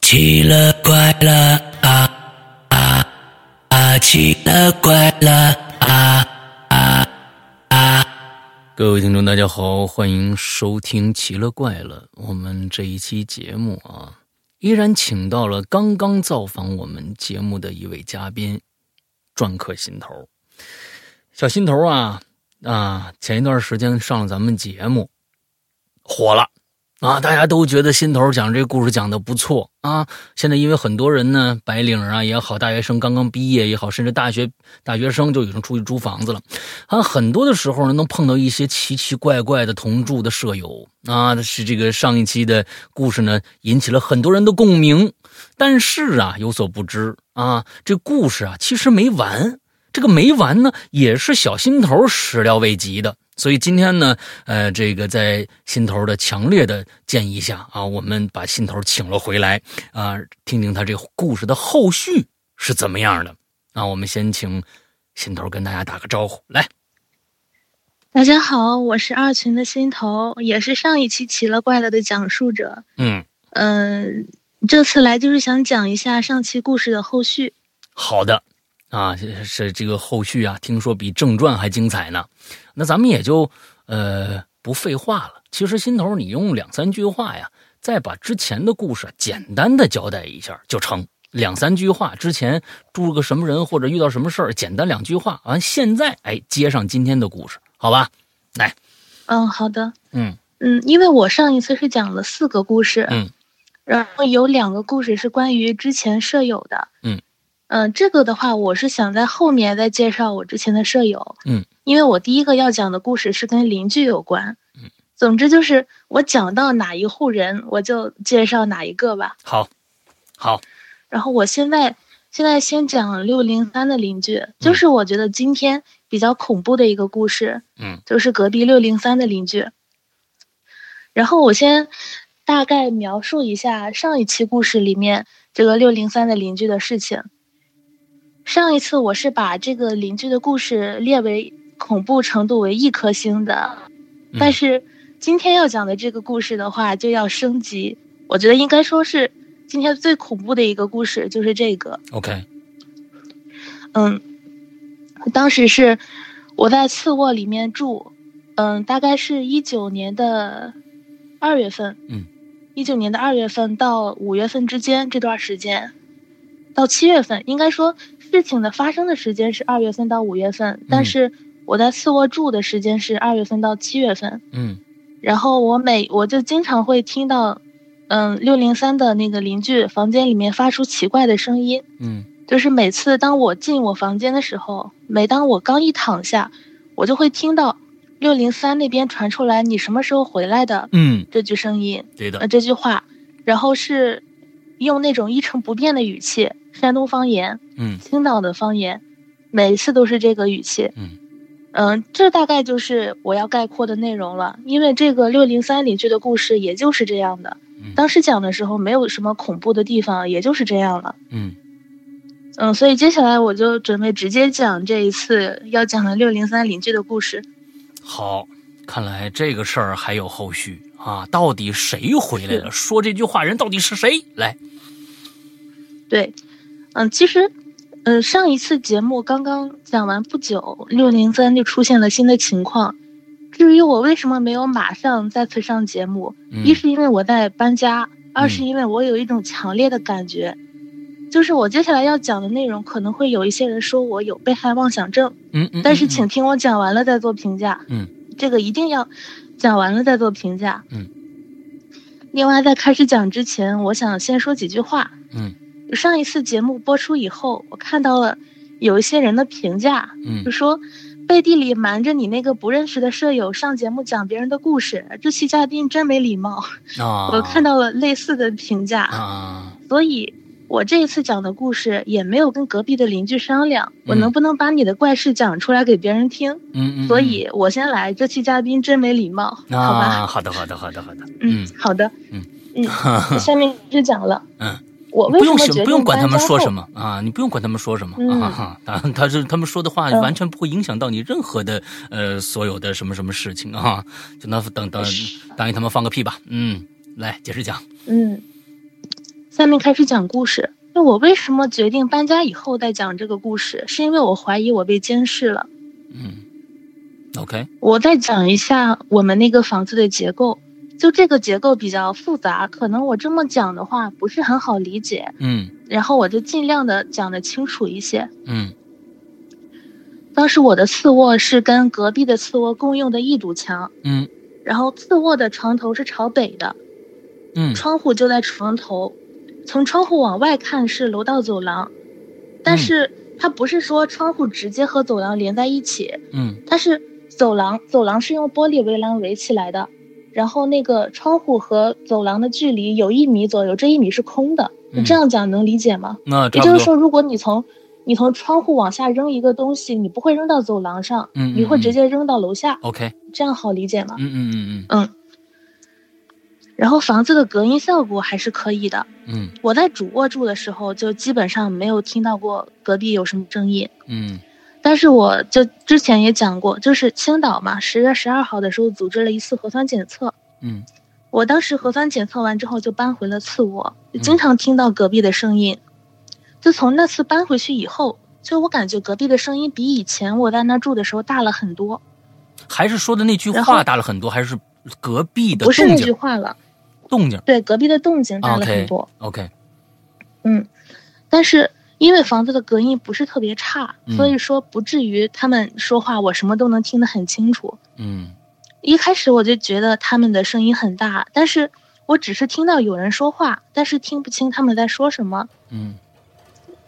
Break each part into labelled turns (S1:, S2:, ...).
S1: 奇了怪了啊啊啊！奇了怪了啊啊啊！
S2: 各位听众，大家好，欢迎收听《奇了怪了》。我们这一期节目啊，依然请到了刚刚造访我们节目的一位嘉宾，篆刻心头。小心头啊啊，前一段时间上了咱们节目，火了。啊，大家都觉得心头讲这故事讲的不错啊。现在因为很多人呢，白领啊也好，大学生刚刚毕业也好，甚至大学大学生就已经出去租房子了。啊，很多的时候呢，能碰到一些奇奇怪怪的同住的舍友啊。是这个上一期的故事呢，引起了很多人的共鸣。但是啊，有所不知啊，这故事啊其实没完。这个没完呢，也是小心头始料未及的。所以今天呢，呃，这个在心头的强烈的建议下啊，我们把心头请了回来啊，听听他这故事的后续是怎么样的。那我们先请心头跟大家打个招呼，来，
S3: 大家好，我是二群的心头，也是上一期奇了怪了的讲述者。
S2: 嗯，
S3: 嗯、这次来就是想讲一下上期故事的后续。
S2: 好的，啊，是是这个后续啊，听说比正传还精彩呢。那咱们也就呃不废话了。其实心头，你用两三句话呀，再把之前的故事啊简单的交代一下就成。两三句话，之前住个什么人或者遇到什么事儿，简单两句话。完、现在哎，接上今天的故事，好吧？
S3: 嗯，好的。
S2: 嗯
S3: 嗯，因为我上一次是讲了四个故事，
S2: 嗯，
S3: 然后有两个故事是关于之前舍友的，
S2: 嗯
S3: 呃这个的话，我是想在后面再介绍我之前的舍友，
S2: 嗯，
S3: 因为我第一个要讲的故事是跟邻居有关，嗯，总之就是我讲到哪一户人，我就介绍哪一个吧。
S2: 好，好，
S3: 然后我现在现在先讲六零三的邻居，就是我觉得今天比较恐怖的一个故事，
S2: 嗯
S3: 就是隔壁六零三的邻居。然后我先大概描述一下上一期故事里面这个六零三的邻居的事情。上一次我是把这个邻居的故事列为恐怖程度为一颗星的，
S2: 嗯
S3: 但是今天要讲的这个故事的话就要升级，我觉得应该说是今天最恐怖的一个故事就是这个。
S2: ，OK，
S3: 嗯，当时是我在次卧里面住，嗯，大概是一九年的二月份，
S2: 嗯，
S3: 一九年的二月份到五月份之间这段时间，到七月份，应该说事情的发生的时间是二月份到五月份，但
S2: 嗯
S3: 是我在次卧住的时间是二月份到七月份，
S2: 嗯
S3: 然后我每我就经常会听到，嗯，六零三的那个邻居房间里面发出奇怪的声音。
S2: 嗯
S3: 就是每次当我进我房间的时候，每当我刚一躺下，我就会听到六零三那边传出来“你什么时候回来的
S2: 嗯”，
S3: 这句声音，
S2: 对
S3: 呃，
S2: 的，
S3: 这句话，然后是用那种一成不变的语气，山东方言、
S2: 嗯
S3: 青岛的方言，每次都是这个语气。
S2: 嗯
S3: 嗯，这大概就是我要概括的内容了。因为这个六零三邻居的故事也就是这样的
S2: 嗯，
S3: 当时讲的时候没有什么恐怖的地方，也就是这样了。
S2: 嗯
S3: 嗯，所以接下来我就准备直接讲这一次要讲的六零三邻居的故事。
S2: 好，看来这个事儿还有后续啊，到底谁回来了？说这句话人到底是谁？来，
S3: 对，嗯，其实，嗯，上一次节目刚刚讲完不久，六零三就出现了新的情况。至于我为什么没有马上再次上节目，
S2: 嗯
S3: 一是因为我在搬家，二
S2: 嗯
S3: 是因为我有一种强烈的感觉，就是我接下来要讲的内容可能会有一些人说我有被害妄想症，
S2: 嗯嗯，
S3: 但是
S2: 嗯
S3: 请听我讲完了再做评价。
S2: 嗯，
S3: 这个一定要讲完了再做评价。
S2: 嗯。
S3: 另外，在开始讲之前，我想先说几句话。
S2: 嗯
S3: 上一次节目播出以后，我看到了有一些人的评价，
S2: 嗯
S3: 就说背地里瞒着你那个不认识的舍友上节目讲别人的故事，这期嘉宾真没礼貌。
S2: 嗯啊，
S3: 我看到了类似的评价。
S2: 啊，
S3: 所以我这一次讲的故事也没有跟隔壁的邻居商量，
S2: 嗯
S3: 我能不能把你的怪事讲出来给别人听？
S2: 嗯嗯，
S3: 所以我先来，这期嘉宾真没礼貌，
S2: 嗯
S3: 好吧？
S2: 啊，好的好的好的好的，
S3: 嗯，好的，
S2: 嗯
S3: 嗯，下面就讲了，
S2: 嗯，
S3: 我 为
S2: 不
S3: 什
S2: 用
S3: 么
S2: 想
S3: 决定
S2: 不用管他们说什
S3: 么，
S2: 么啊，你不用管他们说什么
S3: 嗯
S2: 啊哈，啊他是他们说的话
S3: 嗯
S2: 完全不会影响到你任何的呃所有的什么什么事情啊，就那等等
S3: 是
S2: 答应他们放个屁吧，嗯，来接着讲，
S3: 嗯。下面开始讲故事。那我为什么决定搬家以后再讲这个故事？是因为我怀疑我被监视了。
S2: 嗯，OK，
S3: 我再讲一下我们那个房子的结构，就这个结构比较复杂，可能我这么讲的话不是很好理解，
S2: 嗯
S3: 然后我就尽量的讲的清楚一些。
S2: 嗯
S3: 当时我的次卧是跟隔壁的次卧共用的一堵墙，
S2: 嗯
S3: 然后次卧的床头是朝北的，
S2: 嗯
S3: 窗户就在床头，从窗户往外看是楼道走廊，
S2: 嗯
S3: 但是它不是说窗户直接和走廊连在一起，
S2: 嗯
S3: 它是走廊，走廊是用玻璃围栏围起来的，然后那个窗户和走廊的距离有一米左右，这一米是空的。
S2: 嗯
S3: 这样讲能理解吗？
S2: 那
S3: 也
S2: 差
S3: 就
S2: 不多，
S3: 是说，如果你从你从窗户往下扔一个东西，你不会扔到走廊上，
S2: 嗯嗯
S3: 你会直
S2: 嗯
S3: 接扔到楼下，
S2: OK，
S3: 这样好理解吗？
S2: 嗯嗯嗯
S3: 嗯。然后房子的隔音效果还是可以的。
S2: 嗯
S3: 我在主卧住的时候，就基本上没有听到过隔壁有什么争议。
S2: 嗯
S3: 但是我就之前也讲过，就是青岛嘛，十月十二号的时候组织了一次核酸检测。
S2: 嗯
S3: 我当时核酸检测完之后就搬回了次卧，就
S2: 嗯
S3: 经常听到隔壁的声音。自从那次搬回去以后，就我感觉隔壁的声音比以前我在那住的时候大了很多，
S2: 嗯，还是说的那句
S3: 然后
S2: 话大了很多，还是隔壁的
S3: 不是那
S2: 动
S3: 句
S2: 静
S3: 话了，
S2: 动静
S3: 对，隔壁的动静大了很
S2: OK
S3: 多。
S2: ？OK，
S3: 嗯，但是因为房子的隔音不是特别差，
S2: 嗯
S3: 所以说不至于他们说话我什么都能听得很清楚。
S2: 嗯
S3: 一开始我就觉得他们的声音很大，但是我只是听到有人说话，但是听不清他们在说什么。
S2: 嗯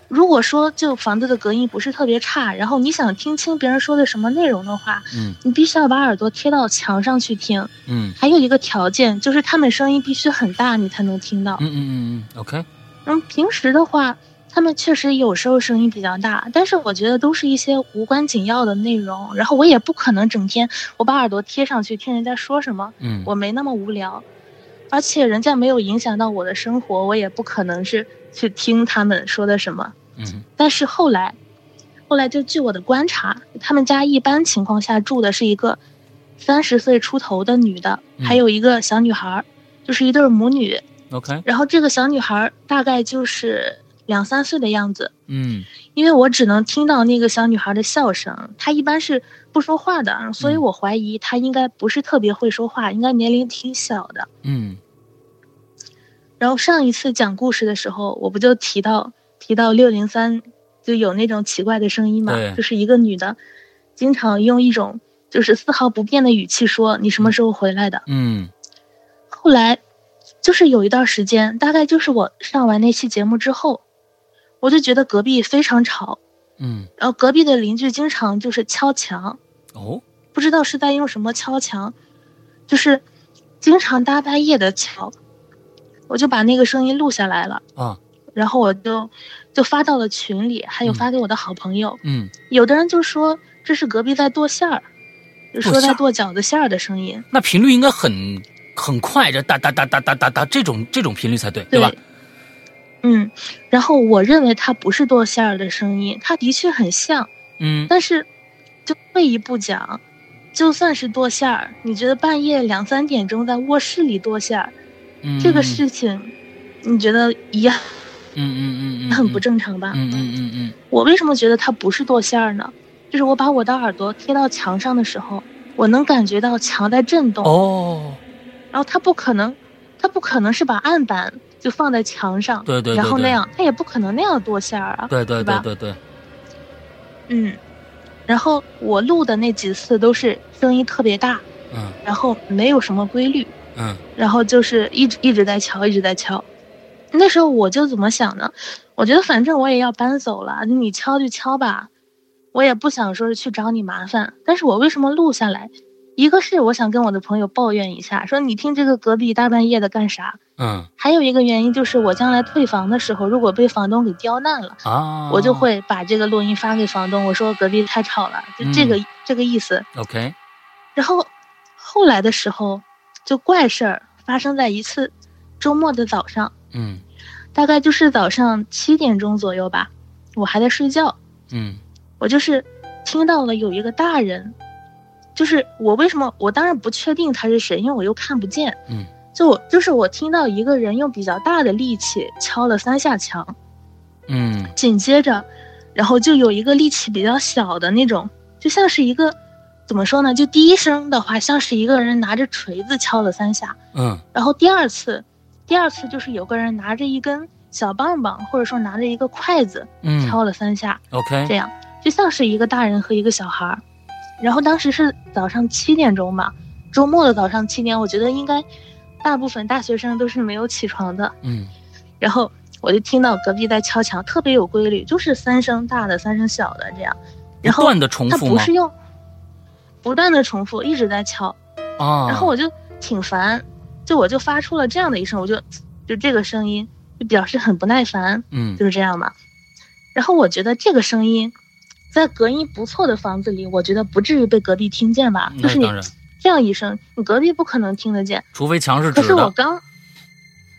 S3: 如果说就房子的隔音不是特别差，然后你想听清别人说的什么内容的话，
S2: 嗯
S3: 你必须要把耳朵贴到墙上去听。
S2: 嗯
S3: 还有一个条件就是他们声音必须很大，你才能听到
S2: 嗯。嗯嗯嗯，OK，
S3: 嗯，平时的话，他们确实有时候声音比较大，但是我觉得都是一些无关紧要的内容。然后我也不可能整天我把耳朵贴上去听人家说什么，
S2: 嗯
S3: 我没那么无聊。而且人家没有影响到我的生活，我也不可能是去听他们说的什么。
S2: 嗯
S3: 但是后来，后来就据我的观察，他们家一般情况下住的是一个三十岁出头的女的，
S2: 嗯
S3: 还有一个小女孩儿，就是一对儿母女。
S2: OK，
S3: 然后这个小女孩儿大概就是两三岁的样子，
S2: 嗯
S3: 因为我只能听到那个小女孩的笑声，她一般是不说话的，所以
S2: 嗯
S3: 我怀疑她应该不是特别会说话，应该年龄挺小的。
S2: 嗯
S3: 然后上一次讲故事的时候，我不就提到提到六零三就有那种奇怪的声音嘛
S2: 对，
S3: 就是一个女的，经常用一种就是丝毫不变的语气说你什么时候回来的，
S2: 嗯
S3: 后来就是有一段时间，大概就是我上完那期节目之后，我就觉得隔壁非常吵，
S2: 嗯
S3: 然后隔壁的邻居经常就是敲墙，
S2: 哦，
S3: 不知道是在用什么敲墙，就是经常大半夜的敲，我就把那个声音录下来了。
S2: 啊，
S3: 然后我就就发到了群里，还有
S2: 嗯
S3: 发给我的好朋友。
S2: 嗯
S3: 有的人就说这是隔壁在剁馅儿，就
S2: 剁
S3: 说
S2: 馅
S3: 在
S2: 儿
S3: 剁饺子馅儿的声音。
S2: 那频率应该很很快，这哒哒哒哒哒哒哒这种这种频率才对，对吧？
S3: 嗯，然后我认为它不是剁馅儿的声音，它的确很像，
S2: 嗯
S3: 但是就退一步讲，就算是剁馅儿，你觉得半夜两三点钟在卧室里剁馅儿、
S2: 嗯，
S3: 这个事情，你觉得也
S2: 嗯嗯嗯嗯
S3: 很不正常吧？
S2: 嗯嗯嗯嗯
S3: 我为什么觉得它不是剁馅儿呢？就是我把我的耳朵贴到墙上的时候，我能感觉到墙在震动，
S2: 哦，
S3: 然后它不可能，它不可能是把案板就放在墙上，
S2: 对对对，
S3: 然后那样，它也不可能那样剁馅 儿啊。
S2: 对对对对对，
S3: 嗯，然后我录的那几次都是声音特别大，
S2: 嗯
S3: 然后没有什么规律，
S2: 嗯
S3: 然后就是一直一直在敲，一直在敲。那时候我就怎么想呢？我觉得反正我也要搬走了，你敲就敲吧，我也不想说是去找你麻烦。但是我为什么录下来？一个是我想跟我的朋友抱怨一下，说你听这个隔壁大半夜的干啥？
S2: 嗯
S3: 还有一个原因就是我将来退房的时候，如果被房东给刁难了。
S2: 啊，
S3: 我就会把这个录音发给房东，我说隔壁太吵了，就这个、这个意思。
S2: OK，
S3: 然后后来的时候，就怪事儿发生在一次周末的早上，
S2: 嗯
S3: 大概就是早上七点钟左右吧，我还在睡觉，
S2: 嗯
S3: 我就是听到了有一个大人，就是我为什么我当然不确定他是谁，因为我又看不见，
S2: 嗯，
S3: 就就我就是我听到一个人用比较大的力气敲了三下墙，
S2: 嗯
S3: 紧接着，然后就有一个力气比较小的那种，就像是一个怎么说呢？就第一声的话，像是一个人拿着锤子敲了三下，
S2: 嗯
S3: 然后第二次，第二次就是有个人拿着一根小棒棒，或者说拿着一个筷子
S2: 嗯哎
S3: 敲了三下，这
S2: ，OK，
S3: 样就像是一个大人和一个小孩儿。然后当时是早上七点钟吧，周末的早上七点，我觉得应该大部分大学生都是没有起床的。
S2: 嗯
S3: 然后我就听到隔壁在敲墙，特别有规律，就是三声大的，三声小的这样。然
S2: 不
S3: 后
S2: 断的重
S3: 他
S2: 复
S3: 不
S2: 吗
S3: 是？用不断的重复，一直在敲。
S2: 啊，
S3: 然后我就挺烦，就我就发出了这样的一声，我就就这个声音就表示很不耐烦，
S2: 嗯
S3: 就是这样嘛。然后我觉得这个声音。在隔音不错的房子里，我觉得不至于被隔壁听见吧？就
S2: 嗯那
S3: 是你
S2: 当然，
S3: 这样一声，你隔壁不可能听得见。
S2: 除非墙是
S3: 可
S2: 纸
S3: 是我
S2: 的，
S3: 刚，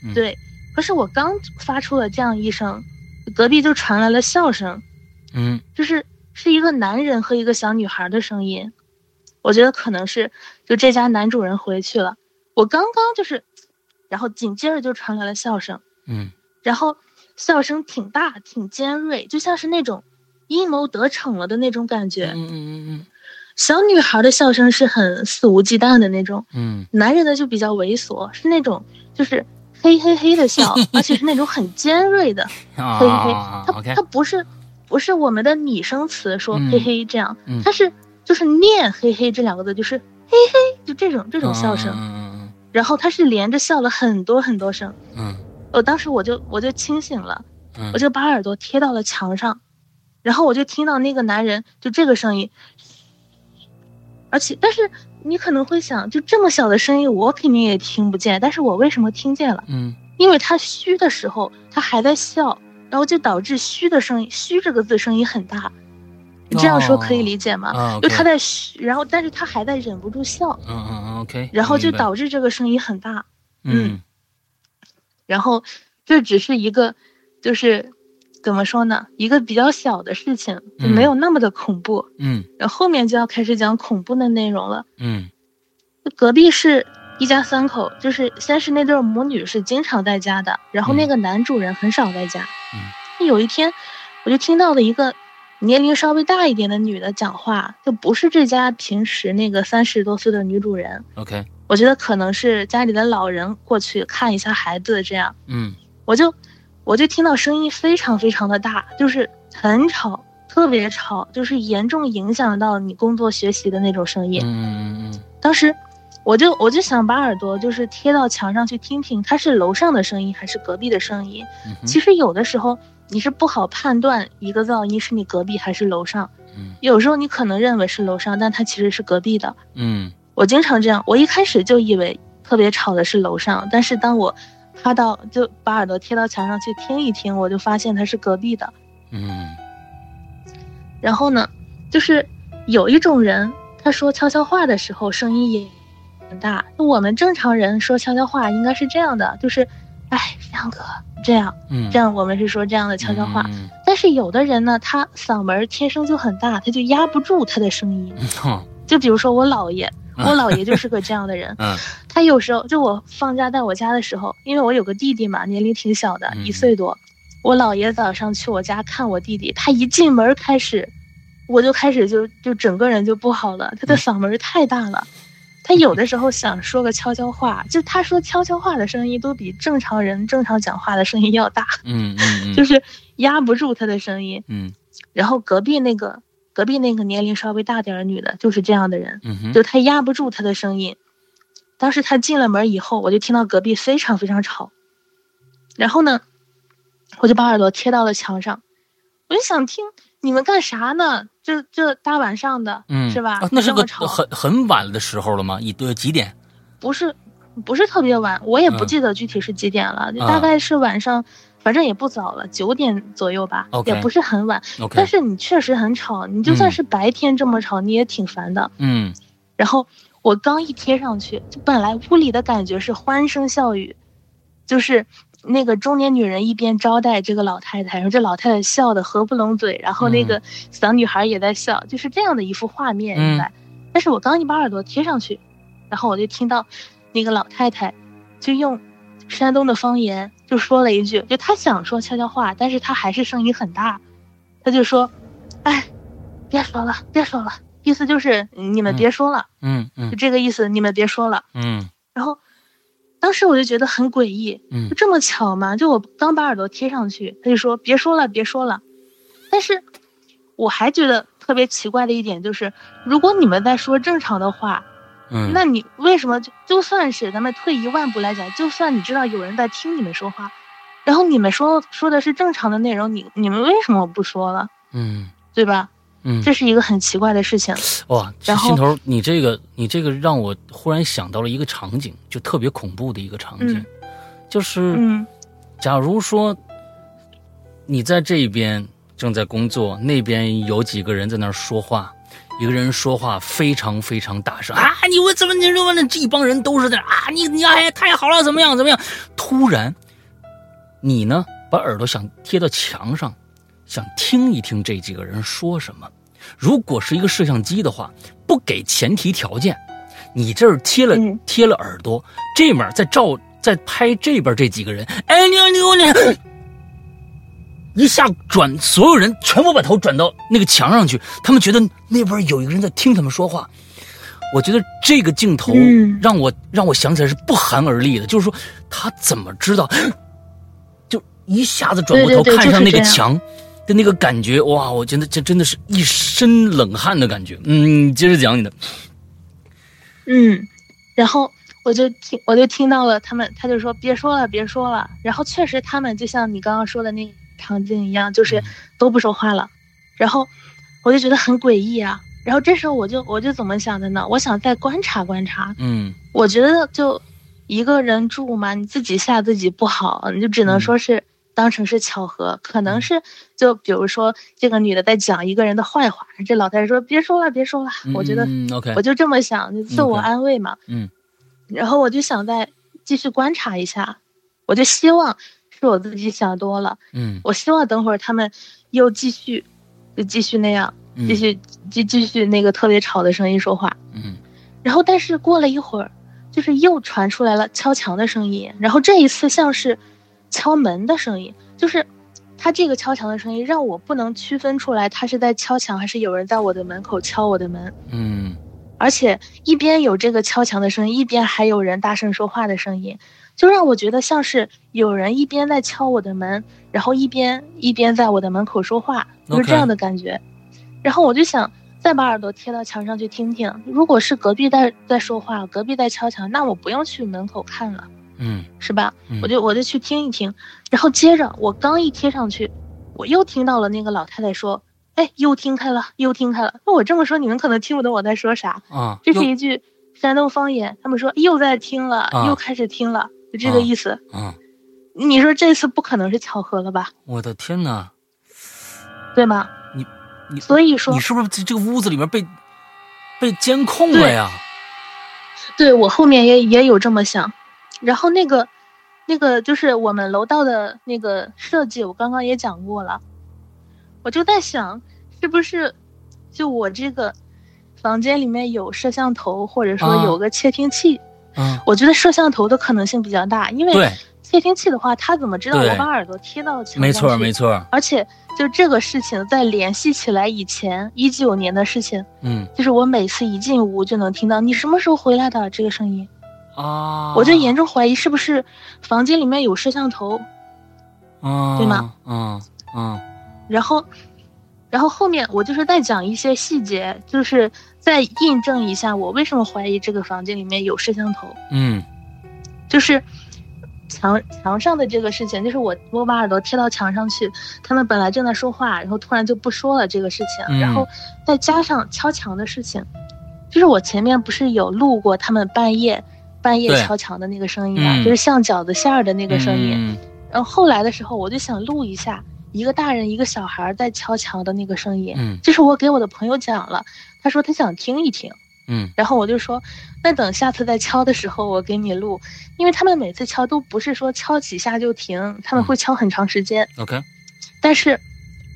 S2: 嗯
S3: 对，可是我刚发出了这样一声，隔壁就传来了笑声，
S2: 嗯
S3: 就是是一个男人和一个小女孩的声音。我觉得可能是就这家男主人回去了。我刚刚就是，然后紧接着就传来了笑声，
S2: 嗯
S3: 然后笑声挺大、挺尖锐，就像是那种阴谋得逞了的那种感
S2: 嗯
S3: 觉。
S2: 嗯嗯
S3: 小女孩的笑声是很肆无忌惮的那种。
S2: 嗯
S3: 男人的就比较猥琐，是那种就是嘿嘿嘿 的笑，而且是那种很尖锐的
S2: 嗯
S3: 嘿嘿
S2: 啊。
S3: 它
S2: ，OK，
S3: 它不是不是我们的拟声词说
S2: 嗯
S3: 嘿嘿这样，
S2: 嗯
S3: 它是就是念嘿嘿这两个字，就是嘿嘿，就这种这种笑声。
S2: 嗯
S3: 然后它是连着笑了很多很多声。
S2: 嗯嗯
S3: 我当时我就我就清醒了，
S2: 嗯，
S3: 我就把耳朵贴到了墙上，然后我就听到那个男人就这个声音，而且但是你可能会想，就这么小的声音，我肯定也听不见，但是我为什么听见了？
S2: 嗯
S3: 因为他嘘的时候，他还在笑，然后就导致嘘的声音，嘘这个字声音很大，你这样说可以理解吗？
S2: 啊
S3: 就
S2: 哦，OK，
S3: 他在嘘，然后但是他还在忍不住笑，
S2: 嗯嗯嗯 OK，
S3: 然后就
S2: 明白
S3: 导致这个声音很大，
S2: 嗯
S3: 然后这只是一个，就是怎么说呢，一个比较小的事情，就
S2: 嗯
S3: 没有那么的恐怖。
S2: 嗯
S3: 然后后面就要开始讲恐怖的内容了。
S2: 嗯
S3: 就隔壁是一家三口，就是先是那对母女是经常在家的，然后那个男主人很少在家。
S2: 嗯
S3: 那有一天，我就听到了一个年龄稍微大一点的女的讲话，就不是这家平时那个三十多岁的女主人。
S2: ，OK，
S3: 我觉得可能是家里的老人过去看一下孩子这样。
S2: 嗯
S3: 我就我就听到声音非常非常的大，就是很吵，特别吵，就是严重影响到你工作学习的那种声
S2: 嗯
S3: 音。
S2: 嗯嗯
S3: 当时我就我就想把耳朵就是贴到墙上去听听，它是楼上的声音还是隔壁的声音。
S2: 嗯，
S3: 其实有的时候你是不好判断一个噪音是你隔壁还是楼上，
S2: 嗯
S3: 有时候你可能认为是楼上，但它其实是隔壁的。
S2: 嗯
S3: 我经常这样，我一开始就以为特别吵的是楼上，但是当我趴到就把耳朵贴到墙上去听一听，我就发现它是隔壁的。
S2: 嗯
S3: 然后呢，就是有一种人，他说悄悄话的时候声音也很大。我们正常人说悄悄话应该是这样的，就是，哎，亮哥，这样
S2: 嗯，
S3: 这样，我们是说这样的悄悄话。
S2: 嗯
S3: 但是有的人呢，他嗓门儿天生就很大，他就压不住他的声音。
S2: 嗯
S3: 就比如说我姥爷，我姥爷就是个这样的人。
S2: 嗯
S3: 他有时候就我放假在我家的时候，因为我有个弟弟嘛，年龄挺小的，
S2: 嗯
S3: 一岁多。我姥爷早上去我家看我弟弟，他一进门开始，我就开始就就整个人就不好了，
S2: 嗯
S3: 他的嗓门太大了。他有的时候想说个悄悄话，就他说悄悄话的声音都比正常人正常讲话的声音要大，
S2: 嗯嗯
S3: 就是压不住他的声音。
S2: 嗯
S3: 然后隔壁那个隔壁那个年龄稍微大点儿的女的，就是这样的人。
S2: 嗯
S3: 就他压不住他的声音。当时他进了门以后，我就听到隔壁非常非常吵，然后呢，我就把耳朵贴到了墙上，我就想听你们干啥呢？这这大晚上的，
S2: 嗯
S3: 是吧？
S2: 那是
S3: 这么
S2: 个
S3: 吵，
S2: 很很晚的时候了吗？一对几点？
S3: 不是不是特别晚，我也不
S2: 嗯
S3: 记得具体是几点了，就
S2: 啊
S3: 大概是晚上，反正也不早了，九点左右吧
S2: OK
S3: 也不是很晚。
S2: OK，
S3: 但是你确实很吵，你就算
S2: 嗯
S3: 是白天这么吵，你也挺烦的。
S2: 嗯
S3: 然后我刚一贴上去，就本来屋里的感觉是欢声笑语，就是那个中年女人一边招待这个老太太，然后这老太太笑得合不拢嘴，然后那个小女孩也在笑，就是这样的一幅画面
S2: 嗯
S3: 应该。但是我刚一把耳朵贴上去，然后我就听到那个老太太就用山东的方言就说了一句，就他想说悄悄话，但是他还是声音很大，他就说：“哎，别说了，别说了。”意思就是你们别说了，
S2: 嗯
S3: 就
S2: 嗯
S3: 这个意思，你们别说了。
S2: 嗯
S3: 然后当时我就觉得很诡异，
S2: 嗯
S3: 就这么巧吗？就我刚把耳朵贴上去，他就说别说了，别说了。但是我还觉得特别奇怪的一点就是，如果你们在说正常的话，
S2: 嗯，
S3: 那你为什么就就算是咱们退一万步来讲，就算你知道有人在听你们说话，然后你们说说的是正常的内容，你你们为什么不说了，
S2: 嗯
S3: 对吧？
S2: 嗯，
S3: 这是一个很奇怪的事情。
S2: 哇，
S3: 然后
S2: 心头，你这个你这个让我忽然想到了一个场景，就特别恐怖的一个场景
S3: 嗯，
S2: 就是
S3: 嗯
S2: 假如说你在这边正在工作，那边有几个人在那儿说话，一个人说话非常非常大声啊！你我怎么你说呢？这一帮人都是在那儿啊！你你哎太好了，怎么样怎么样？突然，你呢把耳朵想贴到墙上，想听一听这几个人说什么。如果是一个摄像机的话，不给前提条件，你这儿贴了、
S3: 嗯
S2: 贴了耳朵，这面儿在照在拍这边这几个人，哎你你你，一下转，所有人全部把头转到那个墙上去，他们觉得那边有一个人在听他们说话。我觉得这个镜头
S3: 嗯
S2: 让我、让我想起来是不寒而栗的，就是说他怎么知道，就一下子转过头
S3: 对对对
S2: 看上那个
S3: 就是这样
S2: 墙的那个感觉，哇！我真的这真的是一身冷汗的感觉。嗯，你接着讲你的，
S3: 嗯，然后我就听我就听到了他们，他就说别说了，别说了。然后确实他们就像你刚刚说的那个场景一样，
S2: 嗯
S3: 就是都不说话了。然后我就觉得很诡异啊。然后这时候我就我就怎么想的呢？我想再观察观察。
S2: 嗯
S3: 我觉得就一个人住嘛，你自己吓自己不好，你就只能
S2: 嗯
S3: 说是当成是巧合，可能是就比如说这个女的在讲一个人的坏话，这老太太说别说了，别说了。我觉得
S2: 嗯 OK，
S3: 我就这么想，就自我安慰嘛。
S2: 嗯
S3: 然后我就想再继续观察一下，我就希望是我自己想多了，
S2: 嗯
S3: 我希望等会儿他们又继续，就继续那样，
S2: 嗯
S3: 继续继继续那个特别吵的声音说话。
S2: 嗯
S3: 然后但是过了一会儿，就是又传出来了敲墙的声音，然后这一次像是敲门的声音，就是。他这个敲墙的声音让我不能区分出来，他是在敲墙还是有人在我的门口敲我的门。
S2: 嗯
S3: 而且一边有这个敲墙的声音，一边还有人大声说话的声音，就让我觉得像是有人一边在敲我的门，然后一边一边在我的门口说话，就
S2: OK
S3: 是这样的感觉。然后我就想再把耳朵贴到墙上去听听，如果是隔壁在在说话，隔壁在敲墙，那我不用去门口看了，
S2: 嗯
S3: 是吧
S2: 嗯？
S3: 我就我就去听一听。然后接着我刚一贴上去，我又听到了那个老太太说。哎，又听开了，又听开了。那我这么说，你们可能听不懂我在说啥。
S2: 啊，
S3: 这是
S2: 又
S3: 一句山东方言，他们说又在听了，
S2: 啊
S3: 又开始听了，就这个意思。
S2: 啊，
S3: 你说这次不可能是巧合了吧？
S2: 我的天哪！
S3: 对吗？
S2: 你你
S3: 所以说
S2: 你，是不是这这个屋子里面被被监控了呀？
S3: 对我后面也也有这么想。然后那个那个就是我们楼道的那个设计，我刚刚也讲过了。我就在想，是不是就我这个房间里面有摄像头，或者说
S2: 啊
S3: 有个窃听器？
S2: 嗯，
S3: 我觉得摄像头的可能性比较大，因为
S2: 对，
S3: 窃听器的话，他怎么知道
S2: 对
S3: 我把耳朵贴到墙上去？
S2: 没错没
S3: 错。
S2: 错，
S3: 而且就这个事情，在联系起来以前，一九年的事情，
S2: 嗯
S3: 就是我每次一进屋就能听到你什么时候回来的这个声音，
S2: 啊，
S3: 哦我就严重怀疑是不是房间里面有摄像头。
S2: 啊，
S3: 对吗？
S2: 嗯嗯
S3: 然后，然后后面我就是再讲一些细节，就是再印证一下我为什么怀疑这个房间里面有摄像头。
S2: 嗯
S3: 就是墙墙上的这个事情，就是我我把耳朵贴到墙上去，他们本来正在说话，然后突然就不说了这个事情，
S2: 嗯
S3: 然后再加上敲墙的事情，就是我前面不是有录过他们半夜半夜
S2: 对
S3: 敲墙的那个声音嘛，
S2: 嗯
S3: 就是像饺子馅儿的那
S2: 这
S3: 个声音，然后后来的时候我就想录一下一个大人一个小孩儿在敲墙的那个声音，
S2: 嗯
S3: 这是我给我的朋友讲了，他说他想听一听。
S2: 嗯
S3: 然后我就说，那等下次再敲的时候，我给你录，因为他们每次敲都不是说敲几下就停，他
S2: 嗯
S3: 们会敲很长时间。
S2: ，OK，
S3: 但是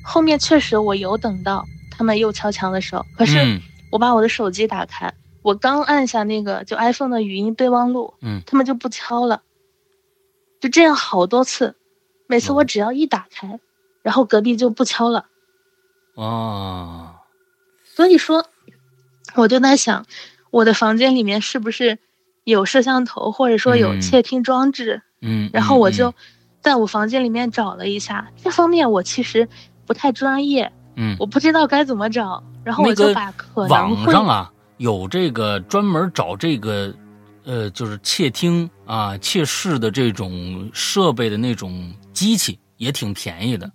S3: 后面确实我有等到他们又敲墙的时候，可是
S2: 嗯
S3: 我把我的手机打开，我刚按下那个就 iPhone 的语音备忘录，
S2: 嗯
S3: 他们就不敲了。就这样好多次，每
S2: 嗯
S3: 次我只要一打开，然后隔壁就不敲了。
S2: 啊，
S3: 所以说，我就在想，我的房间里面是不是有摄像头，或者说有
S2: 嗯
S3: 窃听装置？
S2: 嗯，
S3: 然后我就
S2: 嗯
S3: 在我房间里面找了一下，这方面我其实不太专业，
S2: 嗯，
S3: 我不知道该怎么找。然后我
S2: 那
S3: 就
S2: 个
S3: 把可能
S2: 网
S3: 会
S2: 上啊有这个专门找这个，呃，就是窃听啊、窃视的这种设备的那种机器，也挺便宜的，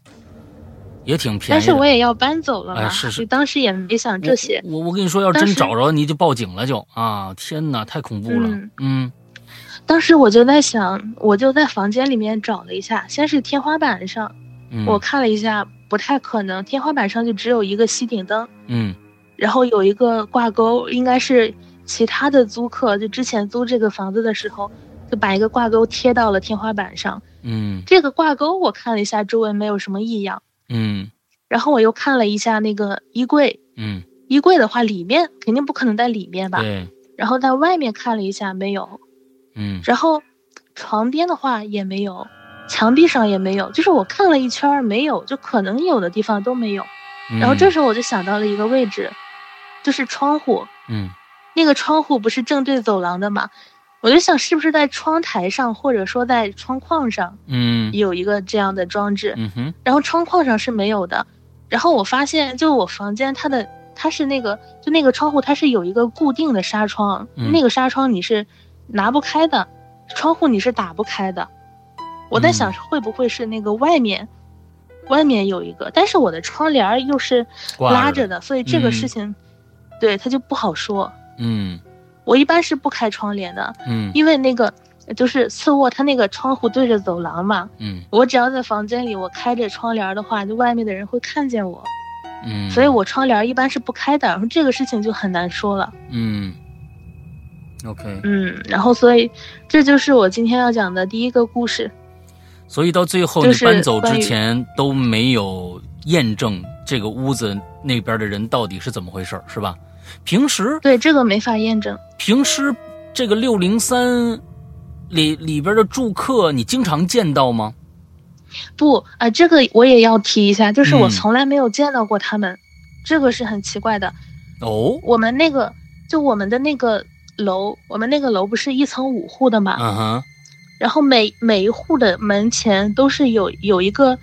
S2: 也挺便宜的。
S3: 但是我也要搬走了嘛，
S2: 哎是是
S3: 就当时也没想这些。
S2: 我我跟你说，要
S3: 但
S2: 真
S3: 是
S2: 找着你就报警了就，啊！天哪，太恐怖了。
S3: 嗯
S2: 嗯
S3: 当时我就在想，我就在房间里面找了一下，先是天花板上，
S2: 嗯，
S3: 我看了一下，不太可能，天花板上就只有一个吸顶灯，
S2: 嗯
S3: 然后有一个挂钩，应该是其他的租客，就之前租这个房子的时候，就把一个挂钩贴到了天花板上。
S2: 嗯
S3: 这个挂钩我看了一下，周围没有什么异样。
S2: 嗯
S3: 然后我又看了一下那个衣柜，
S2: 嗯，
S3: 衣柜的话里面肯定不可能在里面吧，
S2: 对，
S3: 然后在外面看了一下没有，
S2: 嗯
S3: 然后床边的话也没有，墙壁上也没有，就是我看了一圈儿没有，就可能有的地方都没有。
S2: 嗯，
S3: 然后这时候我就想到了一个位置，就是窗户，
S2: 嗯
S3: 那个窗户不是正对走廊的嘛，我就想是不是在窗台上或者说在窗框上
S2: 嗯
S3: 有一个这样的装置，
S2: 嗯哼
S3: 然后窗框上是没有的。然后我发现，就我房间它的它是那个就那个窗户它是有一个固定的纱窗，
S2: 嗯
S3: 那个纱窗你是拿不开的，窗户你是打不开的。我在想
S2: 嗯
S3: 会不会是那个外面，外面有一个，但是我的窗帘儿又是
S2: 挂
S3: 拉
S2: 着
S3: 着的，所以这个
S2: 嗯
S3: 事情，对它就不好说。
S2: 嗯
S3: 我一般是不开窗帘的，
S2: 嗯
S3: 因为那个就是次卧它那个窗户对着走廊嘛，
S2: 嗯
S3: 我只要在房间里，我开着窗帘的话，就外面的人会看见我，
S2: 嗯，
S3: 所以我窗帘一般是不开的。然后这个事情就很难说了，
S2: 嗯，OK，
S3: 嗯，然后所以这就是我今天要讲的第一个故事。
S2: 所以到最后
S3: 就
S2: 你
S3: 是
S2: 搬走
S3: 关
S2: 之
S3: 于
S2: 前都没有验证这个屋子那边的人到底是怎么回事儿，是吧？平时
S3: 对，这个没法验证，
S2: 平时这个六零三里里边的住客，你经常见到吗？
S3: 不啊、这个我也要提一下，就是我
S2: 嗯
S3: 从来没有见到过他们，这个是很奇怪的。
S2: 哦，
S3: 我们那个就我们的那个楼，我们那个楼不是一层五户的嘛，
S2: 嗯哼，
S3: 然后每每一户的门前都是有有一个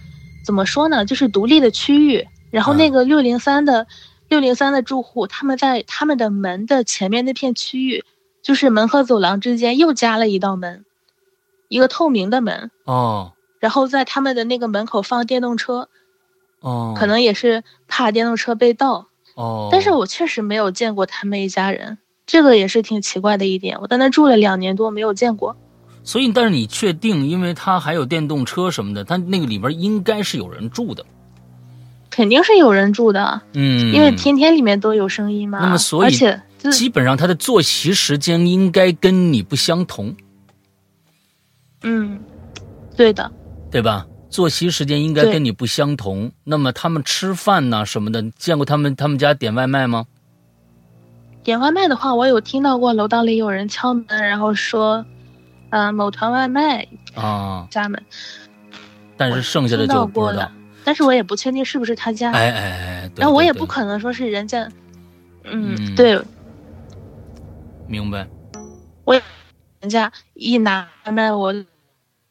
S3: 怎么说呢，就是独立的区域。然后
S2: 嗯
S3: 那个六零三的六零三的住户，他们在他们的门的前面那片区域，就是门和走廊之间又加了一道门，一个透明的门。
S2: 哦
S3: 然后在他们的那个门口放电动车，
S2: 哦，
S3: 可能也是怕电动车被盗。
S2: 哦，
S3: 但是我确实没有见过他们一家人，这个也是挺奇怪的一点。我在那住了两年多，没有见过。
S2: 所以但是你确定，因为它还有电动车什么的，它那个里边应该是有人住的，
S3: 肯定是有人住的啊，
S2: 嗯，
S3: 因为天天里面都有声音嘛。
S2: 那么所以
S3: 而且就是
S2: 基本上它的作息时间应该跟你不相同，
S3: 嗯，对的，
S2: 对吧？作息时间应该
S3: 对
S2: 跟你不相同，那么他们吃饭呐、什么的，你见过他们他们家点外卖吗？
S3: 点外卖的话，我有听到过楼道里有人敲门，然后说，呃，某团外卖
S2: 啊，
S3: 家门，
S2: 但是剩下的
S3: 听
S2: 就
S3: 到
S2: 不
S3: 过
S2: 知道
S3: 的。，但是我也不确定是不是他家。
S2: 哎哎哎，对
S3: 然后我
S2: 对
S3: 也
S2: 对
S3: 不可能说是人家，嗯，
S2: 嗯
S3: 对
S2: 明白。
S3: 我也人家一拿外卖我，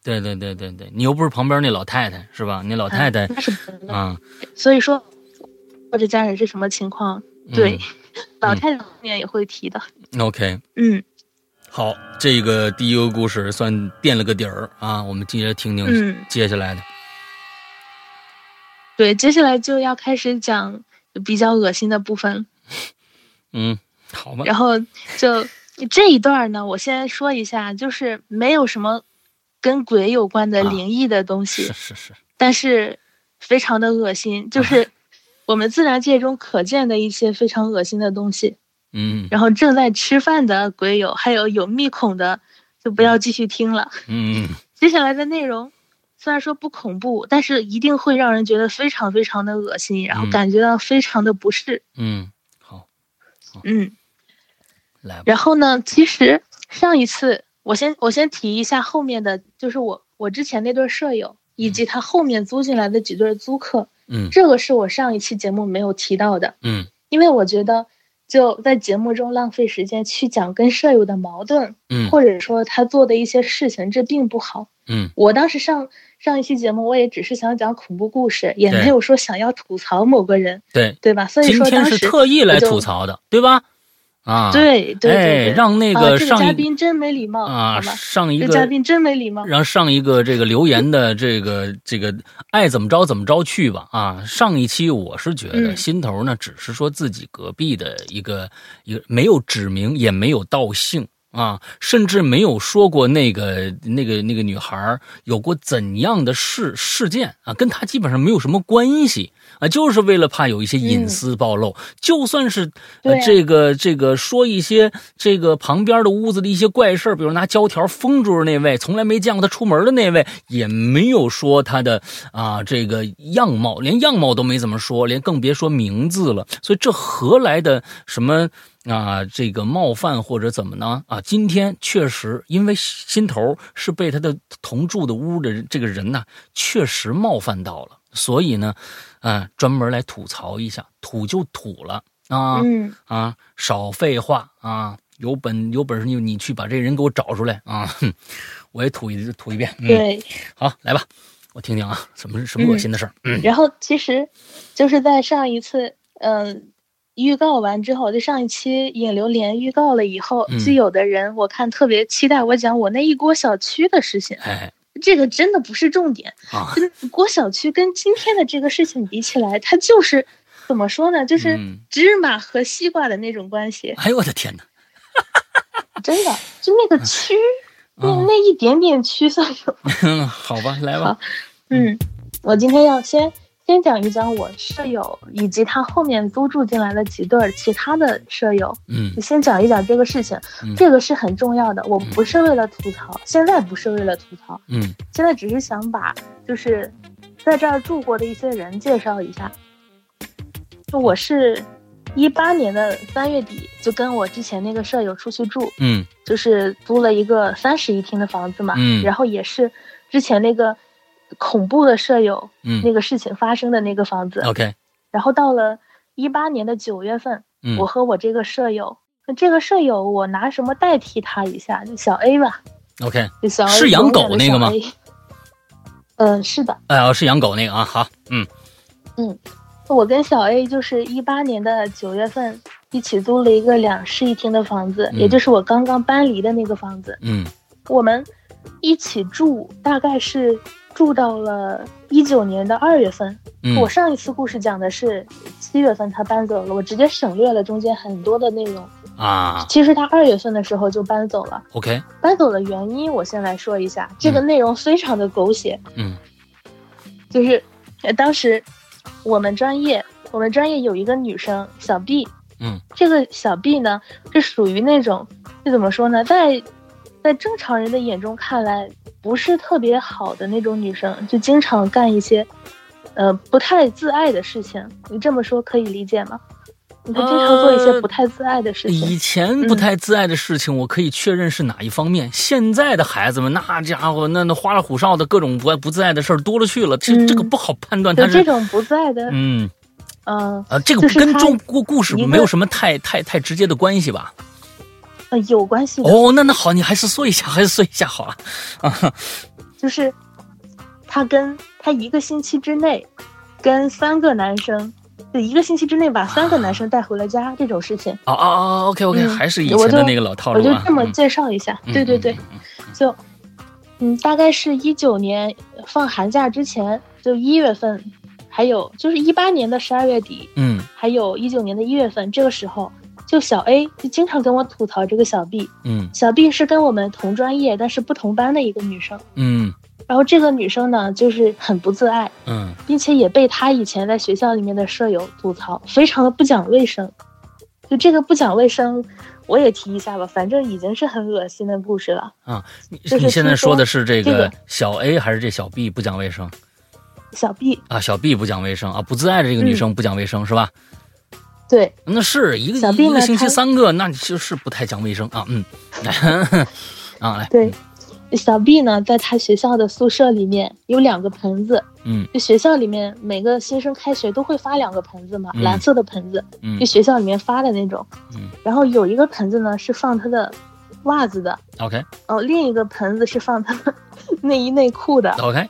S2: 对对对对对，你又不是旁边那老太太是吧？那老太太
S3: 嗯那是不可能的
S2: 啊，
S3: 所以说，或者家人是什么情况？
S2: 嗯
S3: 对，老太太后面也会提的。
S2: ，OK，
S3: 嗯
S2: 好，这个第一个故事算垫了个底儿啊，我们接着听听
S3: 嗯。
S2: 接下来的。
S3: 对，接下来就要开始讲比较恶心的部分，
S2: 嗯，好吧，
S3: 然后就这一段呢，我先说一下，就是没有什么跟鬼有关的
S2: 啊
S3: 灵异的东西，
S2: 是是是，
S3: 但是非常的恶心，
S2: 啊
S3: 就是我们自然界中可见的一些非常恶心的东西。
S2: 嗯
S3: 然后正在吃饭的鬼友，还有有密孔的，就不要继续听了。
S2: 嗯
S3: 接下来的内容虽然说不恐怖，但是一定会让人觉得非常非常的恶心，然后
S2: 嗯
S3: 感觉到非常的不适。
S2: 嗯，好，
S3: 嗯，
S2: 来吧，
S3: 然后呢，其实上一次我先我先提一下后面的，就是我我之前那对舍友以及他后面租进来的几对租客，
S2: 嗯
S3: 这个是我上一期节目没有提到的，
S2: 嗯
S3: 因为我觉得就在节目中浪费时间去讲跟舍友的矛盾，
S2: 嗯
S3: 或者说他做的一些事情，这并不好。
S2: 嗯
S3: 我当时上上一期节目，我也只是想讲恐怖故事，也
S2: 对
S3: 没有说想要吐槽某个人，
S2: 对，
S3: 对吧？所以
S2: 今
S3: 说
S2: 天
S3: 当
S2: 是
S3: 时
S2: 特意来
S3: 我就
S2: 吐槽的，对吧？啊，
S3: 对对
S2: 哎，
S3: 对对，
S2: 让那
S3: 啊，
S2: 个
S3: 这个
S2: 上
S3: 嘉
S2: 一
S3: 宾真没礼貌，
S2: 啊
S3: 好吧？
S2: 上一
S3: 这
S2: 个
S3: 嘉宾真没礼貌。
S2: 让上一个这个留言的这个 这个爱怎么着怎么着去吧啊！上一期我是觉得
S3: 嗯
S2: 心头呢，只是说自己隔壁的一个一个没有指名，也没有道姓啊，甚至没有说过那个那个那个女孩儿有过怎样的事事件啊，跟她基本上没有什么关系啊，就是为了怕有一些隐私暴露，就算是、呃
S3: 对啊
S2: 这个这个说一些这个旁边的屋子的一些怪事儿比如拿胶条封住的那位，从来没见过他出门的那位，也没有说他的啊这个样貌，连样貌都没怎么说，连更别说名字了。所以这何来的什么啊这个冒犯或者怎么呢？啊，今天确实因为心头是被他的同住的屋的人这个人呐、确实冒犯到了，所以呢，嗯、专门来吐槽一下，吐就吐了啊。
S3: 嗯，
S2: 啊，少废话啊，有本有本事你你去把这人给我找出来啊，哼我也吐一吐一遍。嗯，
S3: 对。
S2: 好，来吧，我听听啊，什么什么恶心的事儿？嗯
S3: 然后其实就是在上一次，嗯、预告完之后，就上一期引流连预告了以后，
S2: 嗯
S3: 就有的人我看特别期待我讲我那一锅小区的事情，
S2: 哎
S3: 这个真的不是重点。
S2: 啊，
S3: 跟郭小区跟今天的这个事情比起来，它就是怎么说呢？就是
S2: 嗯
S3: 芝麻和西瓜的那种关系，
S2: 哎呦我的天哪！
S3: 真的就 那个区，那
S2: 啊
S3: 那一点点区算什么？
S2: 嗯，好吧，来吧
S3: 好，嗯，我今天要先先讲一讲我舍友以及他后面租住进来的几对儿其他的舍友，
S2: 嗯
S3: 你先讲一讲这个事情
S2: 嗯，
S3: 这个是很重要的。我不是为了吐槽，现在不是为了吐槽，
S2: 嗯
S3: 现在只是想把就是在这儿住过的一些人介绍一下。就我是一八年的三月底就跟我之前那个舍友出去住，
S2: 嗯
S3: 就是租了一个三室一厅的房子嘛，
S2: 嗯
S3: 啊然后也是之前那个恐怖的舍友
S2: 嗯哦
S3: 那个事情发生的那个房子。
S2: ，OK，
S3: 然后到了一八年的九月份，
S2: 嗯
S3: 我和我这个舍友，这个舍友我拿什么代替他一下？就小 A 吧，
S2: ，OK，
S3: 就小 A
S2: 是养狗那个吗
S3: 永远的小 A？嗯，是的，
S2: 哎呀，是养狗那个啊，好，嗯
S3: 我跟小 A 就是一八年的九月份一起租了一个两室一厅的房子，
S2: 嗯
S3: 也就是我刚刚搬离的那个房子。
S2: 嗯
S3: 我们一起住，大概是住到了一九年的二月份。
S2: 嗯
S3: 我上一次故事讲的是七月份他搬走了，我直接省略了中间很多的内容。
S2: 啊
S3: 其实他二月份的时候就搬走了，
S2: ，OK，
S3: 搬走的原因我先来说一下，这个内容非常的狗血，
S2: 嗯
S3: 就是呃当时我们专业，我们专业有一个女生小 B，
S2: 嗯，
S3: 这个小 B 呢是属于那种，这怎么说呢，在在正常人的眼中看来不是特别好的那种女生，就经常干一些呃不太自爱的事情。你这么说可以理解吗？她经常做一
S2: 呃
S3: 些不太自爱的事情。
S2: 以前
S3: 嗯
S2: 不太自爱的事情，我可以确认是哪一方面。现在的孩子们，那家伙那那花里胡哨的各种不不自爱的事儿多了去了，这、
S3: 嗯
S2: 这个不好判断
S3: 就
S2: 他
S3: 这
S2: 是
S3: 种不自爱的，
S2: 嗯
S3: 嗯、
S2: 啊，这个
S3: 就是
S2: 跟
S3: 他
S2: 中故故事
S3: 一个
S2: 没有什么太太太直接的关系吧？
S3: 呃，有关系的，
S2: 哦，那那好，你还是说一下，还是说一下好了啊，
S3: 就是他跟他一个星期之内跟三个男生，就一个星期之内把三个男生带回了家、这种事情，
S2: 哦哦哦，OK OK，、
S3: 嗯
S2: 还是以前的那个老套
S3: 我
S2: 路
S3: 就
S2: 啊
S3: 这么
S2: 嗯
S3: 介绍一下。
S2: 嗯
S3: 对对对，就嗯，大概是一九年放寒假之前，就一月份，还有就是一八年的十二月底，
S2: 嗯
S3: 还有一九年的一月份，这个时候。就小 A 就经常跟我吐槽这个小 B，
S2: 嗯
S3: 小 B 是跟我们同专业但是不同班的一个女生，
S2: 嗯
S3: 然后这个女生呢就是很不自爱，
S2: 嗯
S3: 并且也被他以前在学校里面的舍友吐槽，非常的不讲卫生。就这个不讲卫生，我也提一下吧，反正已经是很恶心的故事了。
S2: 嗯啊，你
S3: 就是
S2: 你现在
S3: 听说
S2: 说的是这
S3: 这
S2: 个
S3: 个
S2: 小 A 还是这小 B 不讲卫生
S3: 小 B，
S2: 啊？小 B 不讲卫生啊，不自爱的这个
S3: 嗯
S2: 女生不讲卫生、是吧？
S3: 对，
S2: 那是一个
S3: 小
S2: 一
S3: 病
S2: 个
S3: 呢
S2: 星期
S3: 它
S2: 三个，那你就是不太讲卫生啊，嗯，啊来，
S3: 对，小 B 呢，在他学校的宿舍里面有两个盆子，
S2: 嗯
S3: 就学校里面每个新生开学都会发两个盆子嘛，
S2: 嗯
S3: 蓝色的盆子，
S2: 嗯
S3: 就学校里面发的那种。
S2: 嗯
S3: 然后有一个盆子呢是放他的袜子的，
S2: ，OK
S3: 哦，另一个盆子是放他的 内衣内裤的。
S2: OK，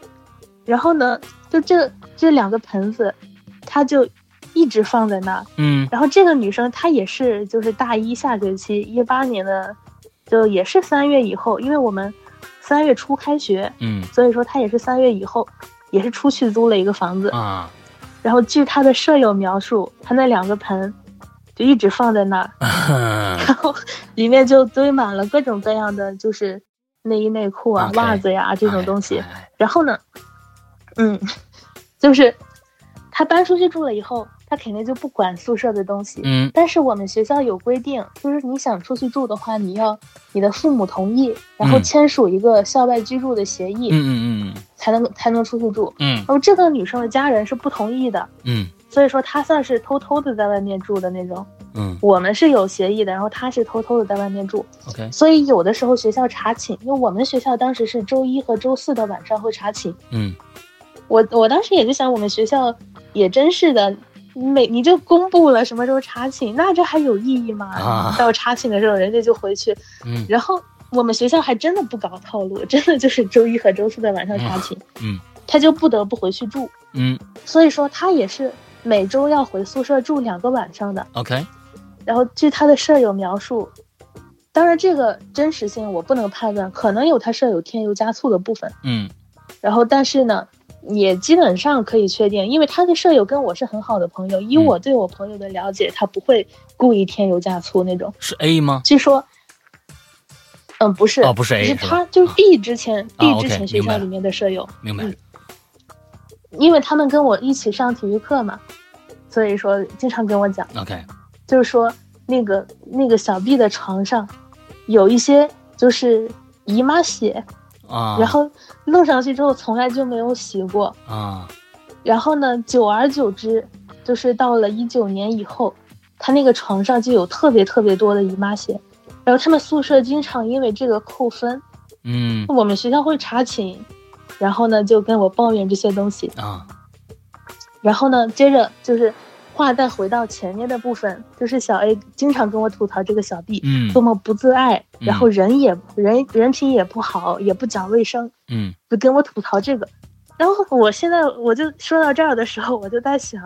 S3: 然后呢，就这这两个盆子，他就一直放在那儿。
S2: 嗯
S3: 然后这个女生她也是，就是大一下学期一八年的，就也是三月以后，因为我们三月初开学，
S2: 嗯
S3: 所以说她也是三月以后，也是出去租了一个房子。
S2: 啊，
S3: 然后据她的舍友描述，她那两个盆就一直放在那
S2: 啊
S3: 儿，然后里面就堆满了各种各样的就是内衣内裤啊、
S2: OK，
S3: 袜子呀这种
S2: 哎
S3: 东西。
S2: 哎哎
S3: 然后呢，嗯，就是她搬出去住了以后，她肯定就不管宿舍的东西。
S2: 嗯
S3: 但是我们学校有规定，就是你想出去住的话，你要你的父母同意，然后
S2: 嗯
S3: 签署一个校外居住的协
S2: 嗯
S3: 议，
S2: 嗯嗯
S3: 才能才能出去住。
S2: 嗯
S3: 然后这个女生的家人是不同意的，
S2: 嗯
S3: 所以说她算是偷偷的在外面住的那种。
S2: 嗯
S3: 我们是有协议的，然后她是偷偷的在外面住，
S2: ，OK，
S3: 所以有的时候学校查寝，因为我们学校当时是周一和周四的晚上会查寝。
S2: 嗯
S3: 我我当时也就想，我们学校也真是的，每你就公布了什么时候查寝，那这还有意义吗？
S2: 啊
S3: 到查寝的时候，人家就回去，
S2: 嗯
S3: 然后我们学校还真的不搞套路，真的就是周一和周四的晚上查寝，
S2: 嗯，
S3: 他就不得不回去住，
S2: 嗯
S3: 所以说他也是每周要回宿舍住两个晚上的。
S2: ，OK，
S3: 然后据他的舍友描述，当然这个真实性我不能判断，可能有他舍友添油加醋的部分。
S2: 嗯
S3: 然后但是呢，也基本上可以确定，因为他的舍友跟我是很好的朋友，以
S2: 嗯
S3: 我对我朋友的了解，他不会故意添油加醋那种。
S2: 是 A 吗？
S3: 据说，嗯，不是，
S2: 哦不是 A，是
S3: 是
S2: 吧
S3: 他就是 B 之前、
S2: 啊
S3: B 之
S2: OK，
S3: 前学
S2: 明白
S3: 校
S2: 了
S3: 里面的舍友，
S2: 明白
S3: 嗯，因为他们跟我一起上体育课嘛，所以说经常跟我讲，
S2: ，OK，
S3: 就是说那个那个小 B 的床上有一些就是姨妈血，
S2: 啊，
S3: 然后弄上去之后从来就没有洗过，
S2: 啊，
S3: 然后呢，久而久之，就是到了一九年以后，他那个床上就有特别特别多的姨妈血，然后他们宿舍经常因为这个扣分，
S2: 嗯
S3: 我们学校会查寝，然后呢就跟我抱怨这些东西，
S2: 啊，
S3: 然后呢接着就是话再回到前面的部分，就是小 A 经常跟我吐槽这个小 B
S2: 嗯
S3: 多么不自爱，
S2: 嗯
S3: 然后人也人人品也不好，也不讲卫生，
S2: 嗯
S3: 就跟我吐槽这个。然后我现在我就说到这儿的时候，我就在想，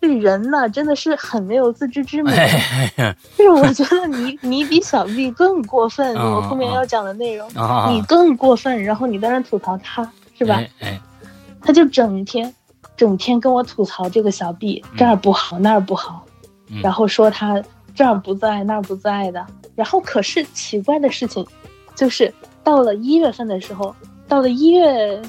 S3: 这人呢真的是很没有自知之明。
S2: 哎哎
S3: 就是我觉得你 你比小 B 更过分，
S2: 啊
S3: 我后面
S2: 啊
S3: 要讲的内容，
S2: 啊，
S3: 你更过分，然后你在那吐槽他，嗯是
S2: 是
S3: 吧？？
S2: 哎，
S3: 他就整天整天跟我吐槽这个小 B
S2: 嗯
S3: 这儿不好那儿不好，
S2: 嗯
S3: 然后说他这儿不在那儿不在的。然后可是奇怪的事情，就是到了一月份的时候，到了一月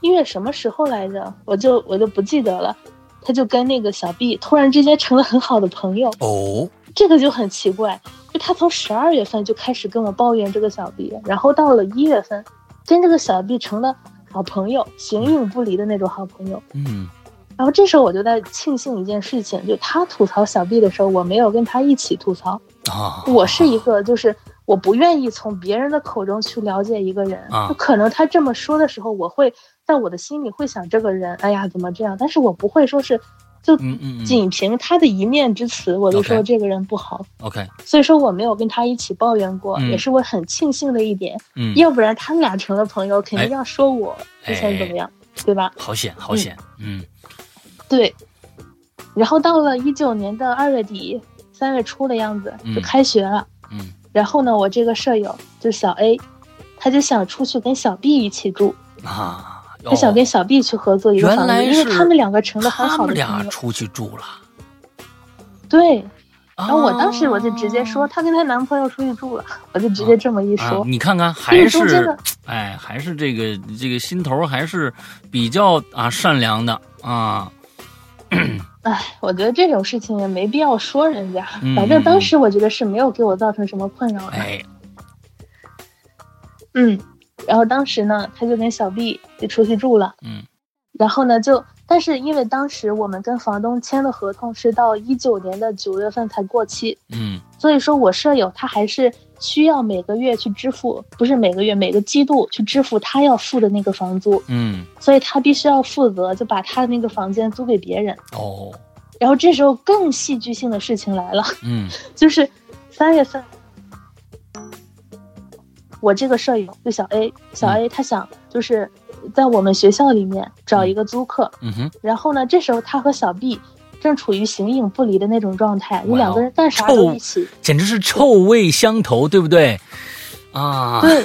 S3: 一月什么时候来着？我就我就不记得了。他就跟那个小 B 突然之间成了很好的朋友，
S2: 哦，
S3: 这个就很奇怪。就他从十二月份就开始跟我抱怨这个小 B，然后到了一月份，跟这个小 B 成了好朋友，形影不离的那种好朋友。
S2: 嗯
S3: 然后这时候我就在庆幸一件事情，就他吐槽小 B 的时候，我没有跟他一起吐槽。
S2: 啊，
S3: 我是一个，就是我不愿意从别人的口中去了解一个人。
S2: 啊
S3: 就可能他这么说的时候，我会在我的心里会想这个人，哎呀，怎么这样？但是我不会说是，就
S2: 嗯嗯嗯
S3: 仅凭他的一面之词，我就
S2: OK
S3: 说这个人不好。
S2: OK，
S3: 所以说我没有跟他一起抱怨过，
S2: 嗯
S3: 也是我很庆幸的一点。
S2: 嗯，
S3: 要不然他们俩成了朋友，肯定要说我
S2: 哎
S3: 之前怎么样，对吧？
S2: 好险好险，嗯
S3: 对。然后到了一九年的二月底、三月初的样子
S2: 嗯，
S3: 就开学了。
S2: 嗯
S3: 然后呢，我这个舍友就小 A，他就想出去跟小 B 一起住，
S2: 啊，
S3: 他想跟小 B 去合作一个
S2: 原
S3: 房子，
S2: 来
S3: 因
S2: 是
S3: 为他们两个成了很
S2: 他
S3: 好
S2: 们
S3: 的
S2: 俩
S3: 朋友。
S2: 出去住哦了，
S3: 对，
S2: 然
S3: 然后我当时我就直接说，她跟她男朋友出去住了，我就直接这么一
S2: 啊
S3: 说，。
S2: 你看看
S3: 因
S2: 还
S3: 为中间
S2: 是
S3: 的
S2: 哎还是这个这个心头还是比较啊善良的啊，
S3: 唉，我觉得这种事情也没必要说人家
S2: 嗯，
S3: 反正当时我觉得是没有给我造成什么困扰的。
S2: 哎
S3: 嗯，然后当时呢，他就跟小 B 就出去住了，
S2: 嗯
S3: 然后呢就，但是因为当时我们跟房东签的合同是到一九年的九月份才过期，
S2: 嗯
S3: 所以说我舍友他还是需要每个月去支付，不是每个月每个季度去支付他要付的那个房租，
S2: 嗯，
S3: 所以他必须要负责就把他的那个房间租给别人。
S2: 哦，
S3: 然后这时候更戏剧性的事情来了，
S2: 嗯
S3: 就是三月份，我这个舍友就小 A，小
S2: 嗯
S3: A 他想就是在我们学校里面找一个租客，
S2: 嗯哼，
S3: 然后呢，这时候他和小 B 正处于形影不离的那种状态，你
S2: 哇哦
S3: 两个人干啥都一起，
S2: 简直是臭味相投，对不对？啊，
S3: 对，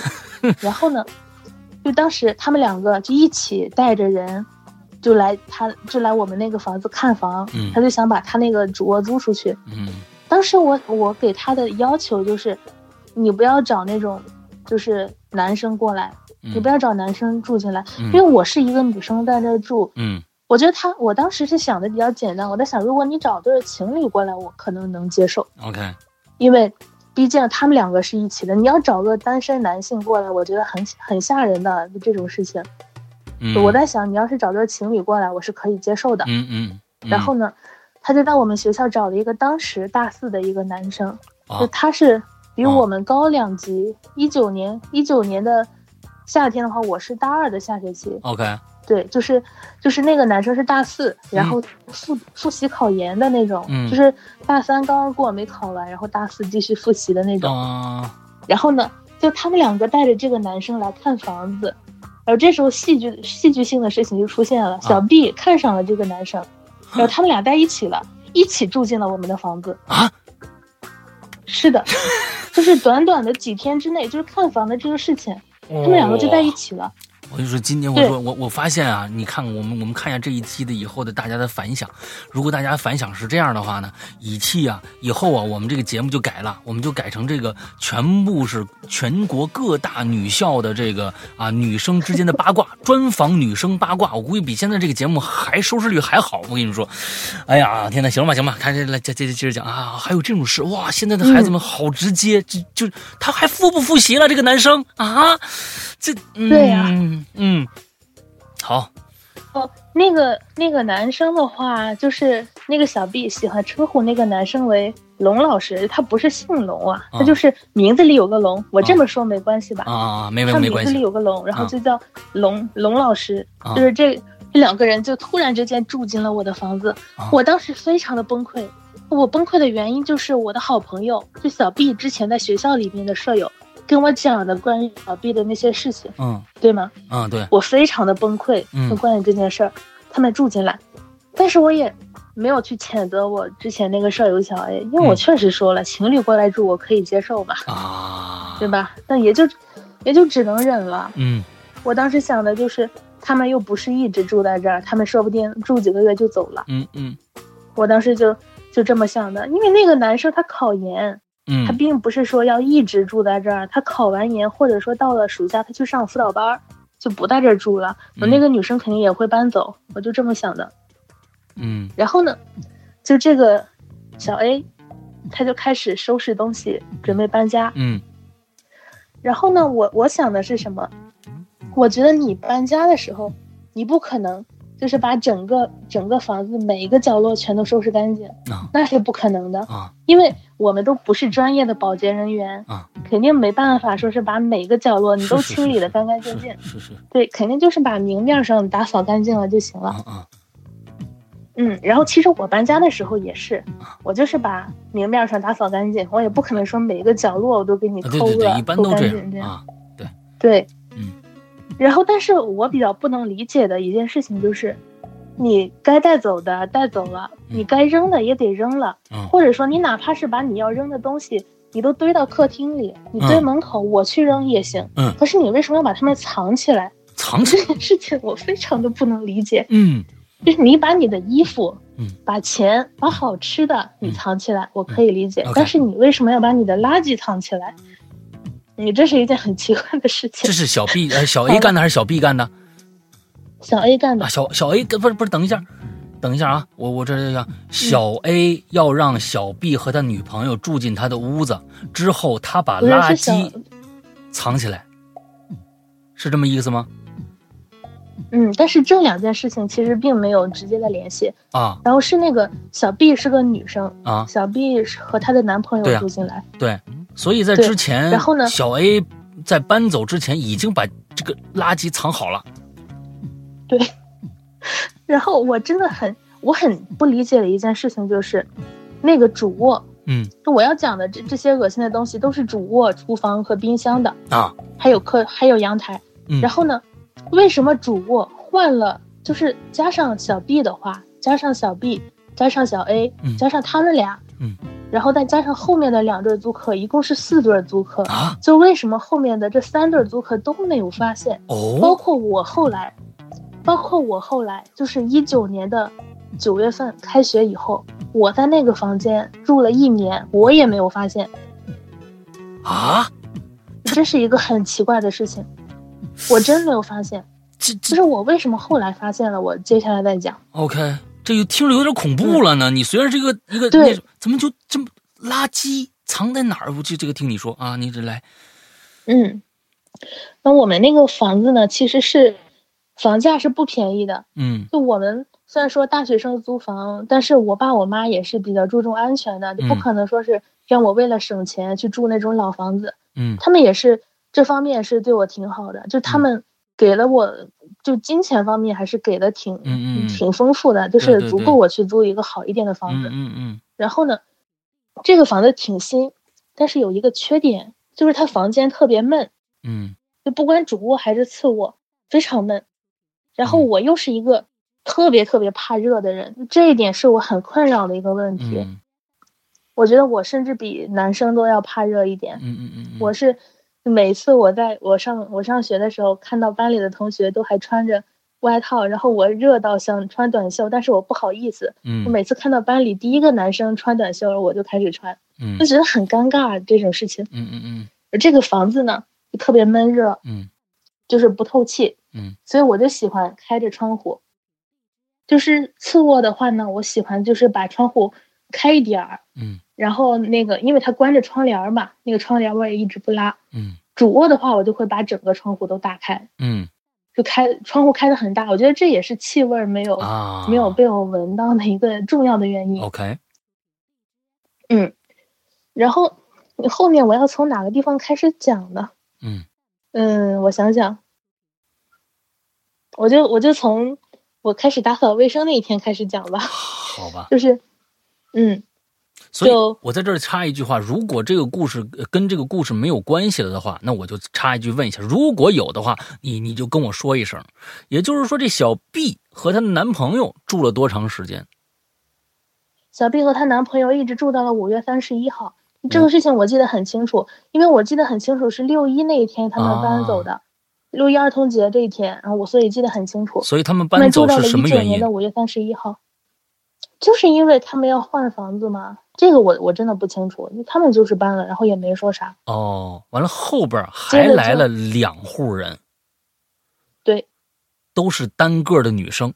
S3: 然后呢，就当时他们两个就一起带着人，就来他就来我们那个房子看房，
S2: 嗯
S3: 他就想把他那个主卧租出去，
S2: 嗯
S3: 当时我我给他的要求就是，你不要找那种就是男生过来，
S2: 嗯，
S3: 你不要找男生住进来，
S2: 嗯
S3: 因为我是一个女生在这儿住，
S2: 嗯
S3: 我觉得他我当时是想的比较简单，我在想如果你找对情侣过来，我可能能接受，
S2: 嗯，OK，
S3: 因为毕竟他们两个是一起的，你要找个单身男性过来，我觉得很很吓人的这种事情。
S2: 嗯，
S3: 我在想，你要是找对情侣过来，我是可以接受的。
S2: 嗯，嗯嗯，
S3: 然后呢，他就在我们学校找了一个当时大四的一个男生。
S2: 啊
S3: 就他是比
S2: 啊
S3: 我们高两级，一九、年一九年的夏天的话，我是大二的下学期，
S2: ，OK，
S3: 对，就是就是那个男生是大四，然后复、复习考研的那种，
S2: 嗯
S3: 就是大三刚刚过没考完，然后大四继续复习的那种。
S2: 啊，
S3: 然后呢，就他们两个带着这个男生来看房子，然后这时候戏剧戏剧性的事情就出现
S2: 啊
S3: 了，小 B 看上了这个男生，然后他们俩在一起了，一起住进了我们的房子
S2: 啊。
S3: 是的，就是短短的几天之内，就是看房的这个事情，
S2: 他
S3: 他们两个就在一起了。
S2: 我就说今天我
S3: 对
S2: 说我我发现啊，你看我们我们看一下这一期的以后的大家的反响，如果大家反响是这样的话呢，以期啊以后啊我们这个节目就改了，我们就改成这个全部是全国各大女校的这个啊女生之间的八卦专访女生八卦，我估计比现在这个节目还收视率还好，我跟你说，哎呀天呐，行吧行吧，看这来接接接着讲啊，还有这种事哇，现在的孩子们好直接，就就他还复不复习了这个男生啊，这嗯
S3: 对啊呀
S2: 嗯嗯，好，
S3: 哦，那个那个男生的话，就是那个小 B 喜欢称呼那个男生为龙老师，他不是姓龙啊，
S2: 啊
S3: 他就是名字里有个龙。我这么说没关系吧？
S2: 啊，没没
S3: 他
S2: 没
S3: 名
S2: 关
S3: 字里
S2: 系，嗯
S3: 有个龙，然后就叫龙、龙老师，
S2: 啊
S3: 就是这这两个人就突然之间住进了我的房子，
S2: 啊
S3: 我当时非常的崩溃。我崩溃的原因就是我的好朋友，就小 B 之前在学校里面的舍友跟我讲的关于小 B 的那些事情，
S2: 嗯
S3: 对吗？
S2: 嗯对，
S3: 我非常的崩溃
S2: 嗯，
S3: 就关于这件事儿，他们住进来，但是我也没有去谴责我之前那个舍友小 A，因为我
S2: 嗯
S3: 确实说了，情侣过来住我可以接受嘛，
S2: 啊，
S3: 对？吧？但也就也就只能忍了。
S2: 嗯
S3: 我当时想的就是，他们又不是一直住在这儿，他们说不定住几个月就走了。
S2: 嗯嗯
S3: 我当时就就这么想的，因为那个男生他考研，他
S2: 嗯
S3: 并不是说要一直住在这儿，他考完研或者说到了暑假他去上辅导班儿，就不在这儿住了。我
S2: 嗯
S3: 那个女生肯定也会搬走，我就这么想的。
S2: 嗯
S3: 然后呢，就这个小 A，他就开始收拾东西，准备搬家。
S2: 嗯
S3: 然后呢，我我想的是什么？我觉得你搬家的时候，你不可能就是把整个整个房子每一个角落全都收拾干净，
S2: 啊
S3: 那是不可能的，
S2: 啊
S3: 因为我们都不是专业的保洁人员，
S2: 啊，
S3: 肯定没办法说是把每个角落你都
S2: 是是
S3: 清理的
S2: 是
S3: 干干净
S2: 是
S3: 净。
S2: 是是
S3: 对，肯定就是把明面上打扫干净了就行了
S2: 啊。啊
S3: 嗯，然后其实我搬家的时候也是，
S2: 啊
S3: 我就是把明面上打扫干净，我也不可能说每一个角落我都给你
S2: 啊，对
S3: 抠
S2: 对
S3: 了
S2: 对，一、般
S3: 抠
S2: 都
S3: 干
S2: 这
S3: 净
S2: 样
S3: 样。
S2: 啊，
S3: 对，
S2: 嗯。
S3: 然后，但是我比较不能理解的一件事情就是，你该带走的带走了，
S2: 嗯
S3: 你该扔的也得扔了，
S2: 嗯
S3: 或者说你哪怕是把你要扔的东西，你都堆到客厅里，你
S2: 嗯
S3: 堆门口，我去扔也行。
S2: 嗯
S3: 可是你为什么要把它们藏起来？
S2: 藏起
S3: 这
S2: 来，
S3: 件事情我非常的不能理解。
S2: 嗯
S3: 就是你把你的衣服、
S2: 嗯
S3: 把钱、把好吃的你藏起来，我可以理解。
S2: 嗯 OK
S3: 但是你为什么要把你的垃圾藏起来？你这是一件很奇怪的事
S2: 这
S3: 情。
S2: 是小 B 呃小 A 干的还是小 B 干的？
S3: 小 A 干的
S2: 啊，，小小 A 跟不是不是，等一下，等一下啊，我我这要小 A 要让小 B 和他女朋友住进他的屋子之后，他把
S3: 不是
S2: 垃
S3: 是小
S2: 圾藏起来，是这么意思吗？
S3: 嗯，但是这两件事情其实并没有直接的联系。
S2: 啊
S3: 然后是那个小 B 是个女生，
S2: 啊，
S3: 小 B 是和她的男朋
S2: 对
S3: 友
S2: 啊
S3: 住进来，
S2: 对，所以在
S3: 对
S2: 之前，
S3: 然后呢
S2: 小 A 在搬走之前已经把这个垃圾藏好了。
S3: 然后我真的很我很不理解的一件事情就是，那个主卧，
S2: 嗯
S3: 就我要讲的这这些恶心的东西都是主卧、厨房和冰箱的，
S2: 啊，
S3: 还有客还有阳台。
S2: 嗯
S3: 然后呢，为什么主卧换了就是加上小 B 的话，加上小 B，加上小 A，、
S2: 嗯
S3: 加上他们俩，
S2: 嗯，
S3: 然后再加上后面的两对租客，一共是四对租客。
S2: 啊
S3: 就为什么后面的这三对租客都没有发现？包
S2: 哦
S3: 括我后来，包括我后来，就是一九年的九月份开学以后，我在那个房间住了一年，我也没有发现，
S2: 啊，
S3: 这是一个很奇怪的事情，我真没有发现。
S2: 这这
S3: 就是我为什么后来发现了，我接下来再讲。
S2: OK，这又听着有点恐怖了呢。你虽然是一个一个，
S3: 嗯对
S2: 那怎么就这么垃圾藏在哪儿？我这这个听你说啊，你这来
S3: 嗯，那我们那个房子呢，其实是房价是不便宜的，
S2: 嗯
S3: 就我们虽然说大学生租房，但是我爸我妈也是比较注重安全的，就不
S2: 嗯
S3: 可能说是让我为了省钱去住那种老房子。
S2: 嗯
S3: 他们也是这方面是对我挺好的，就他们给了我就金钱方面还是给的挺、
S2: 嗯嗯嗯
S3: 挺丰富的，就
S2: 对对
S3: 是足
S2: 对
S3: 够我去租一个好一点的房
S2: 嗯
S3: 子。
S2: 嗯嗯
S3: 然后呢，这个房子挺新，但是有一个缺点，就是它房间特别闷。
S2: 嗯
S3: 就不管主卧还是次卧，非常闷。然后
S2: 嗯
S3: 我又是一个特别特别怕热的人，这一点是我很困扰的一个问题。
S2: 嗯
S3: 我觉得我甚至比男生都要怕热一点。
S2: 嗯嗯，
S3: 我是每次我在我上我上学的时候，看到班里的同学都还穿着外套，然后我热到想穿短袖，但是我不好意思。我
S2: 嗯
S3: 每次看到班里第一个男生穿短袖，我就开始穿，
S2: 嗯
S3: 就觉得很尴尬这种事情。
S2: 嗯嗯
S3: 而这个房子呢，就特别闷热，
S2: 嗯
S3: 就是不透气，
S2: 嗯，
S3: 所以我就喜欢开着窗户。就是次卧的话呢，我喜欢就是把窗户开一点儿，
S2: 嗯
S3: 然后那个因为它关着窗帘儿嘛，那个窗帘我也一直不拉。
S2: 嗯
S3: 主卧的话，我就会把整个窗户都打开，
S2: 嗯
S3: 就开窗户开的很大，我觉得这也是气味儿没有、
S2: 啊，哦
S3: 没有被我闻到的一个重要的原因。
S2: OK，
S3: 嗯，然后后面我要从哪个地方开始讲呢？
S2: 嗯
S3: 嗯，我想想，我就我就从我开始打扫卫生那一天开始讲吧，
S2: 好吧。
S3: 就是，嗯，
S2: 所以
S3: 就
S2: 我在这儿插一句话：如果这个故事呃跟这个故事没有关系了的话，那我就插一句问一下；如果有的话，你你就跟我说一声。也就是说，这小 B 和她的男朋友住了多长时间？
S3: 小 B 和她男朋友一直住到了五月三十一号，这
S2: 嗯
S3: 个事情我记得很清楚，因为我记得很清楚是六一那一天他们搬走
S2: 啊
S3: 的，六一儿童节这一天，然后我所以记得很清楚，
S2: 所以他们
S3: 他们
S2: 搬
S3: 住
S2: 走
S3: 到了
S2: 是什
S3: 一
S2: 么
S3: 九
S2: 原
S3: 年
S2: 因
S3: 的？五月三十一号，就是因为他们要换房子嘛，这个我我真的不清楚，因为他们就是搬了，然后也没说啥，
S2: 哦，完了后边还来了两户人，
S3: 对，
S2: 都是单个的女生，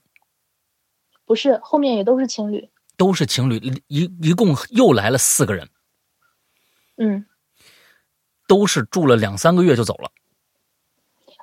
S3: 不是后面也都是情侣，
S2: 都是情侣，一一共又来了四个人，
S3: 嗯。
S2: 都是住了两三个月就走了。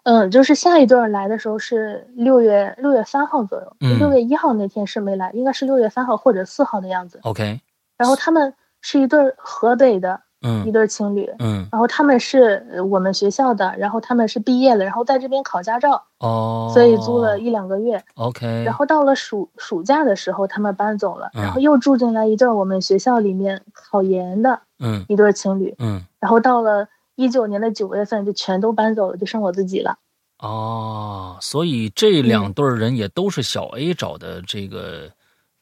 S3: 嗯，就是下一对儿来的时候是六月六月三号左右，
S2: 嗯
S3: 六、月一号那天是没来，应该是六月三号或者四号的样子。
S2: OK，
S3: 然后他们是一对儿河北的一
S2: 嗯
S3: 对儿情侣，
S2: 嗯
S3: 然后他们是呃我们学校的，然后他们是毕业了，然后在这边考驾照，
S2: 哦，
S3: 所以租了一两个月。
S2: OK，
S3: 然后到了暑暑假的时候，他们搬走了，
S2: 嗯
S3: 然后又住进来一对儿我们学校里面考研的
S2: 嗯
S3: 一对儿情侣，
S2: 嗯
S3: 然后到了一九年的九月份就全都搬走了，就剩我自己了。
S2: 哦，所以这两对儿人也都是小 A 找的这个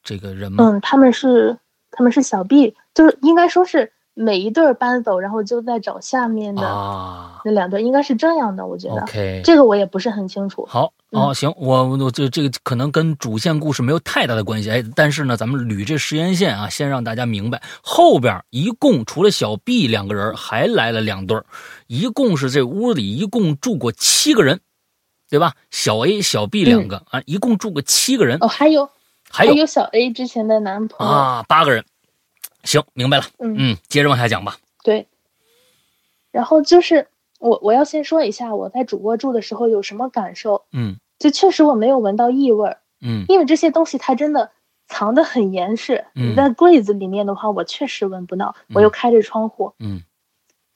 S2: 这个人吗？
S3: 嗯，他们是他们是小 B，就是应该说是每一对儿搬走，然后就在找下面的
S2: 啊
S3: 那两对儿，应该是这样的，我觉得。
S2: ，OK，
S3: 这个嗯我也不是很清楚。
S2: 好哦，行，我我这这个可能跟主线故事没有太大的关系，哎，但是呢，咱们捋这时间线啊，先让大家明白，后边一共除了小 B 两个人，还来了两对儿，一共是这屋里一共住过七个人，对吧？小 A、小 B 两个、啊，一共住过七个人，
S3: 嗯哦，还有
S2: 还有
S3: 小 A 之前的男朋友，
S2: 啊八个人，行，明白了，
S3: 嗯
S2: 嗯，接着往下讲吧，
S3: 对。然后就是我我要先说一下我在主卧住的时候有什么感受，
S2: 嗯
S3: 就确实我没有闻到异味儿，
S2: 嗯
S3: 因为这些东西它真的。藏得很严实，
S2: 嗯
S3: 你在柜子里面的话，我确实闻不到。我又开着窗户，
S2: 嗯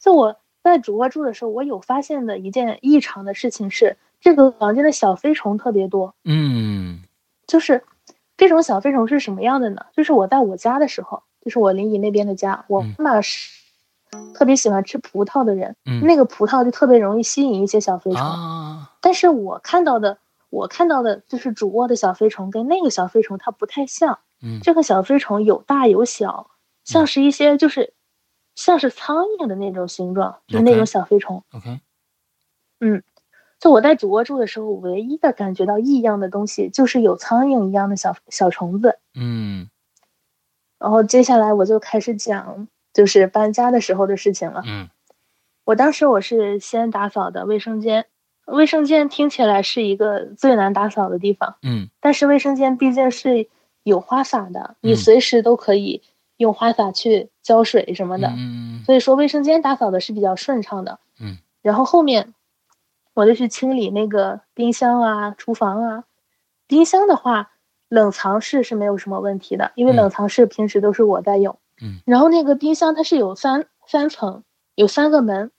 S3: 在我在主卧住的时候，我有发现的一件异常的事情是，这个房间的小飞虫特别多。
S2: 嗯
S3: 就是这种小飞虫是什么样的呢？就是我在我家的时候，就是我临沂那边的家，我
S2: 嗯
S3: 妈妈是特别喜欢吃葡萄的人，
S2: 嗯
S3: 那个葡萄就特别容易吸引一些小飞虫。
S2: 啊
S3: 但是我看到的，我看到的就是主卧的小飞虫跟那个小飞虫它不太像，
S2: 嗯
S3: 这个小飞虫有大有小，像是一些就是像是苍蝇的那种形状，就是那
S2: OK
S3: 种小飞虫。
S2: OK
S3: 就我在主卧住的时候，唯一的感觉到异样的东西就是有苍蝇一样的小小虫子。
S2: 嗯
S3: 然后接下来我就开始讲就是搬家的时候的事情了。
S2: 嗯
S3: 我当时我是先打扫的卫生间，卫生间听起来是一个最难打扫的地方，
S2: 嗯
S3: 但是卫生间毕竟是有花洒的，你
S2: 嗯
S3: 随时都可以用花洒去浇水什么的，
S2: 嗯
S3: 所以说卫生间打扫的是比较顺畅的。
S2: 嗯，
S3: 然后后面我就去清理那个冰箱啊、厨房啊。冰箱的话，冷藏室是没有什么问题的，因为
S2: 嗯
S3: 冷藏室平时都是我在用。
S2: 嗯，
S3: 然后那个冰箱它是有三三层，有三个门，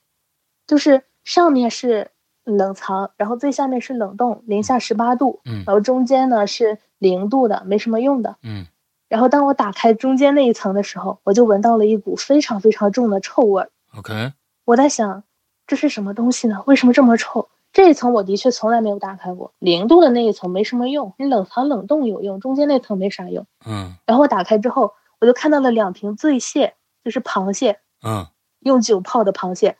S3: 就是上面是冷藏，然后最下面是冷冻，零下十八度，
S2: 嗯
S3: 然后中间呢是零度的，没什么用的。
S2: 嗯
S3: 然后当我打开中间那一层的时候，我就闻到了一股非常非常重的臭味儿。
S2: OK
S3: 我在想，这是什么东西呢？为什么这么臭？这一层我的确从来没有打开过，零度的那一层没什么用，你冷藏冷冻有用，中间那层没啥用。
S2: 嗯
S3: 然后我打开之后，我就看到了两瓶醉蟹，就是螃蟹，
S2: 嗯
S3: 用酒泡的螃蟹，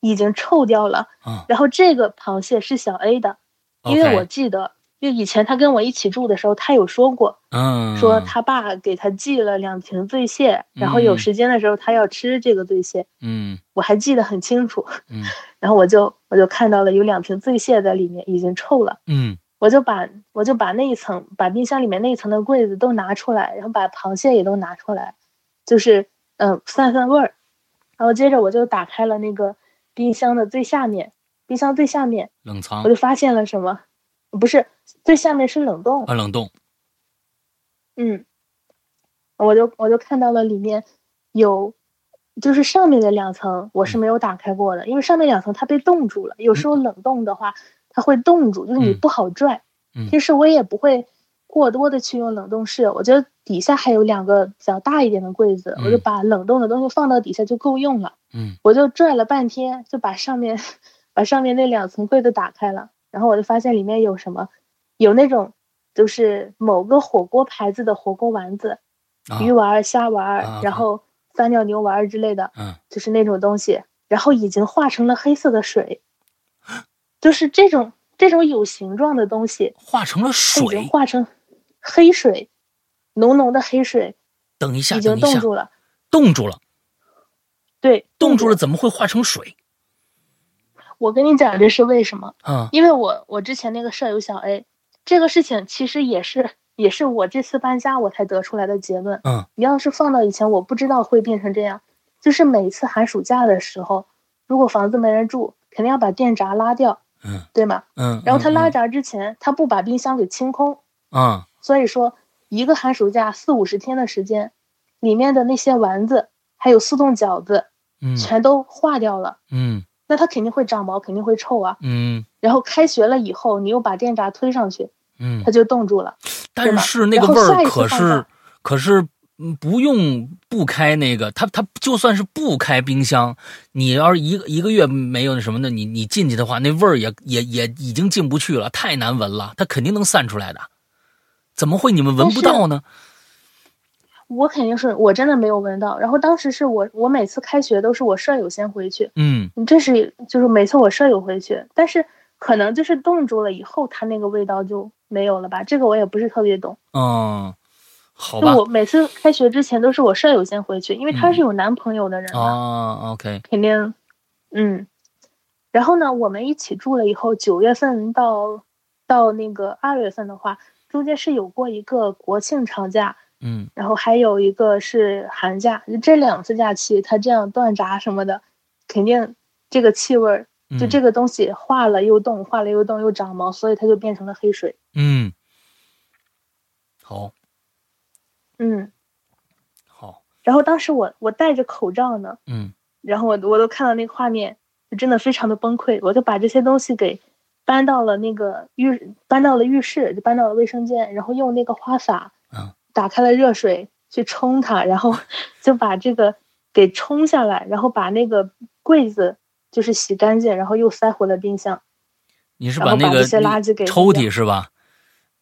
S3: 已经臭掉了。
S2: 嗯
S3: 然后这个螃蟹是小 A 的，因为
S2: OK
S3: 我记得，因为以前他跟我一起住的时候，他有说过，
S2: 嗯
S3: 说他爸给他寄了两瓶醉蟹，然后有
S2: 嗯
S3: 时间的时候他要吃这个醉蟹，
S2: 嗯
S3: 我还记得很清楚。
S2: 嗯
S3: 然后我就我就看到了有两瓶醉蟹在里面，已经臭了。
S2: 嗯
S3: 我就把我就把那一层把冰箱里面那一层的柜子都拿出来，然后把螃蟹也都拿出来，就是嗯、呃散散味儿。然后接着我就打开了那个冰箱的最下面，冰箱最下面
S2: 冷藏
S3: 我就发现了什么？不是最下面是冷冻，
S2: 啊冷冻
S3: 嗯，我就我就看到了里面有，就是上面的两层我是
S2: 嗯
S3: 没有打开过的，因为上面两层它被冻住了。有时候冷冻的话，它会冻住，就是你
S2: 嗯
S3: 不好拽。
S2: 嗯
S3: 平时我也不会过多的去用冷冻室，我觉得底下还有两个比较大一点的柜子，我就
S2: 嗯
S3: 把冷冻的东西放到底下就够用了。
S2: 嗯
S3: 我就拽了半天，就把上面把上面那两层柜子打开了，然后我就发现里面有什么，有那种就是某个火锅牌子的火锅丸子，
S2: 啊
S3: 鱼丸儿、虾丸儿，
S2: 啊
S3: 然后撒尿牛丸儿之类的，
S2: 嗯
S3: 就是那种东西，然后已经化成了黑色的 水，就是这种这种有形状的东西，
S2: 化成了
S3: 它已经
S2: 水。
S3: 化成黑水，浓浓的黑水
S2: 等一下
S3: 已
S2: 等
S3: 经
S2: 一
S3: 冻
S2: 下
S3: 住了，
S2: 冻住了
S3: 对，
S2: 冻住了怎么会化成水
S3: 我跟你讲，这是为什么？
S2: 啊
S3: 因为我我之前那个舍友小 A，这哎个事情其实也是也是我这次搬家我才得出来的结论。
S2: 嗯
S3: 你要是放到以前，我不知道会变成这样。就是每次寒暑假的时候，如果房子没人住，肯定要把电闸拉掉，
S2: 嗯
S3: 对吗？
S2: 嗯
S3: 然后他拉
S2: 着
S3: 闸之前，他不把冰箱给清空，
S2: 啊
S3: 所以说一个寒暑假四五十天的时间，里面的那些丸子还有速冻饺子
S2: 嗯
S3: 全都化掉了，
S2: 嗯
S3: 那它肯定会长毛，肯定会臭啊。
S2: 嗯
S3: 然后开学了以后，你又把电闸推上去，
S2: 嗯
S3: 它就冻住了。对
S2: 但
S3: 吧
S2: 是那
S3: 然
S2: 个
S3: 后
S2: 味
S3: 下一
S2: 儿
S3: 次
S2: 可
S3: 放
S2: 是
S3: 假
S2: 可是嗯不用不开那个，他他就算是不开冰箱，你要是一个一个月没有那什么的，你你进去的话，那味儿也也也已经进不去了，太难闻了，它肯定能散出来的。怎么会你们闻不到呢？
S3: 我肯定是我真的没有闻到。然后当时是我，我每次开学都是我舍友先回去，
S2: 嗯
S3: 这是就是每次我舍友回去，但是可能就是冻住了以后，它那个味道就没有了吧？这个我也不是特别懂。
S2: 嗯，好
S3: 就
S2: 吧
S3: 我每次开学之前都是我舍友先回去，因为她
S2: 嗯
S3: 是有男朋友的人嘛，
S2: 啊，OK，
S3: 肯定，嗯。然后呢，我们一起住了以后，九月份到到那个二月份的话，中间是有过一个国庆长假，
S2: 嗯
S3: 然后还有一个是寒假，就这两次假期，它这样断闸什么的，肯定这个气味儿，
S2: 嗯
S3: 就这个东西化了又冻，化了又冻又长毛，所以它就变成了黑水。
S2: 嗯，好
S3: 嗯，
S2: 好
S3: 然后当时我我戴着口罩呢，
S2: 嗯
S3: 然后我我都看到那个画面，就真的非常的崩溃。我就把这些东西给搬到了那个浴，搬到了浴室，就搬到了卫生间，然后用那个花洒
S2: 嗯，
S3: 打开了热水去冲它，然后就把这个给冲下来，然后把那个柜子就是洗干净，然后又塞回了冰箱。
S2: 你是
S3: 然后
S2: 那
S3: 把
S2: 个
S3: 这些垃圾给
S2: 抽
S3: 扔
S2: 屉是吧？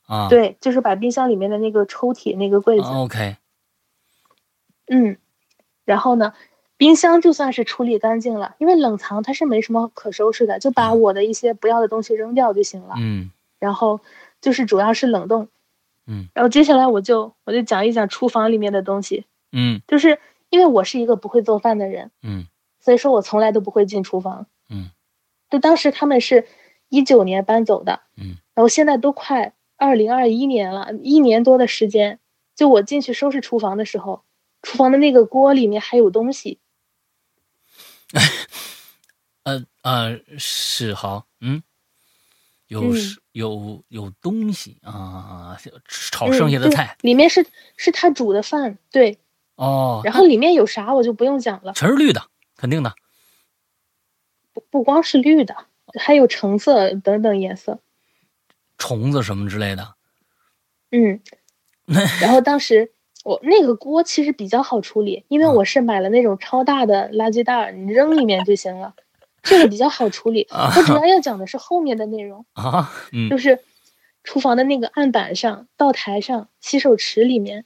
S2: 啊，
S3: 对，就是把冰箱里面的那个抽屉那个柜子，
S2: 啊，OK，
S3: 嗯，然后呢，冰箱就算是处理干净了，因为冷藏它是没什么可收拾的，就把
S2: 嗯
S3: 我的一些不要的东西扔掉就行了。
S2: 嗯
S3: 然后就是主要是冷冻，
S2: 嗯，
S3: 然后接下来我就我就讲一讲厨房里面的东西，
S2: 嗯
S3: 就是因为我是一个不会做饭的人，
S2: 嗯
S3: 所以说我从来都不会进厨房。
S2: 嗯，
S3: 就当时他们是一九年搬走的，
S2: 嗯，
S3: 然后现在都快二零二一年了，一年多的时间，就我进去收拾厨房的时候，厨房的那个锅里面还有东西，
S2: 呃呃是好，嗯，有
S3: 嗯
S2: 是有有东西啊，炒
S3: 嗯
S2: 剩下的
S3: 对
S2: 菜
S3: 里面是是他煮的饭，对，
S2: 哦，
S3: 然后里面有啥我就不用讲了，
S2: 全是绿的，肯定的，
S3: 不不光是绿的，还有橙色等等颜色，
S2: 虫子什么之类的，
S3: 嗯，然后当时我那个锅其实比较好处理，因为
S2: 啊
S3: 我是买了那种超大的垃圾袋儿，你扔里面就行了，这个比较好处理。
S2: 啊
S3: 我 主要要讲的是后面的内容，
S2: 啊，嗯
S3: 就是厨房的那个案板上、灶台上、洗手池里面，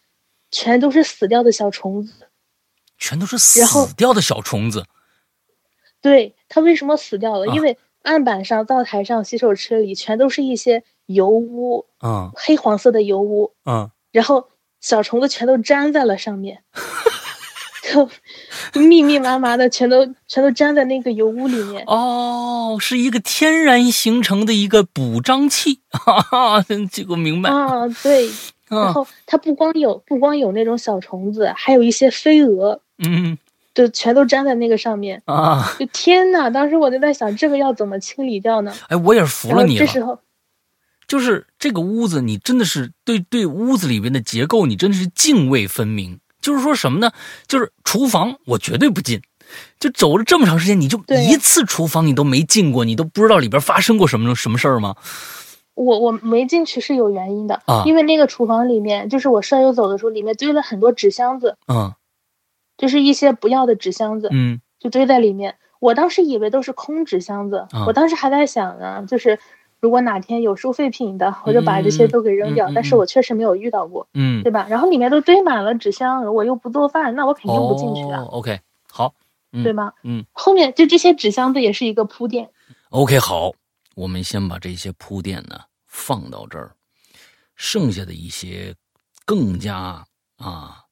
S3: 全都是死掉的小虫子。
S2: 全都是
S3: 然后
S2: 死掉的小虫子，
S3: 对，它为什么死掉了？
S2: 啊
S3: 因为案板上、灶台上、洗手池里全都是一些油污，
S2: 嗯
S3: 黑黄色的油污，
S2: 嗯，
S3: 然后小虫子全都粘在了上面， 就密密麻麻的，全都全都粘在那个油污里面。
S2: 哦，是一个天然形成的一个补张器，哈哈， 这个明白，
S3: 啊，对，然
S2: 哦嗯
S3: 后它不光有不光有那种小虫子，还有一些飞蛾，
S2: 嗯
S3: 就全都粘在那个上面。
S2: 啊。
S3: 就天呐，当时我就在想，这个要怎么清理掉呢？
S2: 哎，我也是服
S3: 然
S2: 了
S3: 后
S2: 你
S3: 这
S2: 了。
S3: 时候，
S2: 就是这个屋子，你真的是对对屋子里面的结构，你真的是泾渭分明。就是说什么呢？就是厨房我绝对不进，就走了这么长时间，你就
S3: 对
S2: 一次厨房你都没进过，你都不知道里边发生过什么什么事儿吗？
S3: 我我没进去是有原因的，
S2: 啊
S3: 因为那个厨房里面，就是我舍友走的时候，里面堆了很多纸箱子，
S2: 嗯
S3: 就是一些不要的纸箱子。
S2: 嗯
S3: 就堆在里面。我当时以为都是空纸箱子，
S2: 啊
S3: 我当时还在想呢，就是如果哪天有收废品的，我就把这些都给扔掉。
S2: 嗯嗯嗯
S3: 但是我确实没有遇到过，
S2: 嗯，
S3: 对吧？然后里面都堆满了纸箱，我又不做饭，那我肯定不进去啊，
S2: 哦，OK，好嗯
S3: 对吗？
S2: 嗯
S3: 后面就这些纸箱子也是一个铺垫，
S2: ，OK，好，我们先把这些铺垫呢放到这儿，剩下的一些更加啊，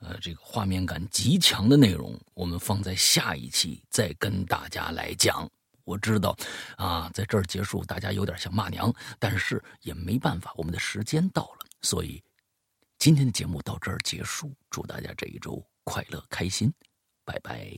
S2: 呃，这个画面感极强的内容，我们放在下一期再跟大家来讲。我知道，啊，在这儿结束，大家有点想骂娘，但是也没办法，我们的时间到了，所以今天的节目到这儿结束。祝大家这一周快乐开心，拜拜。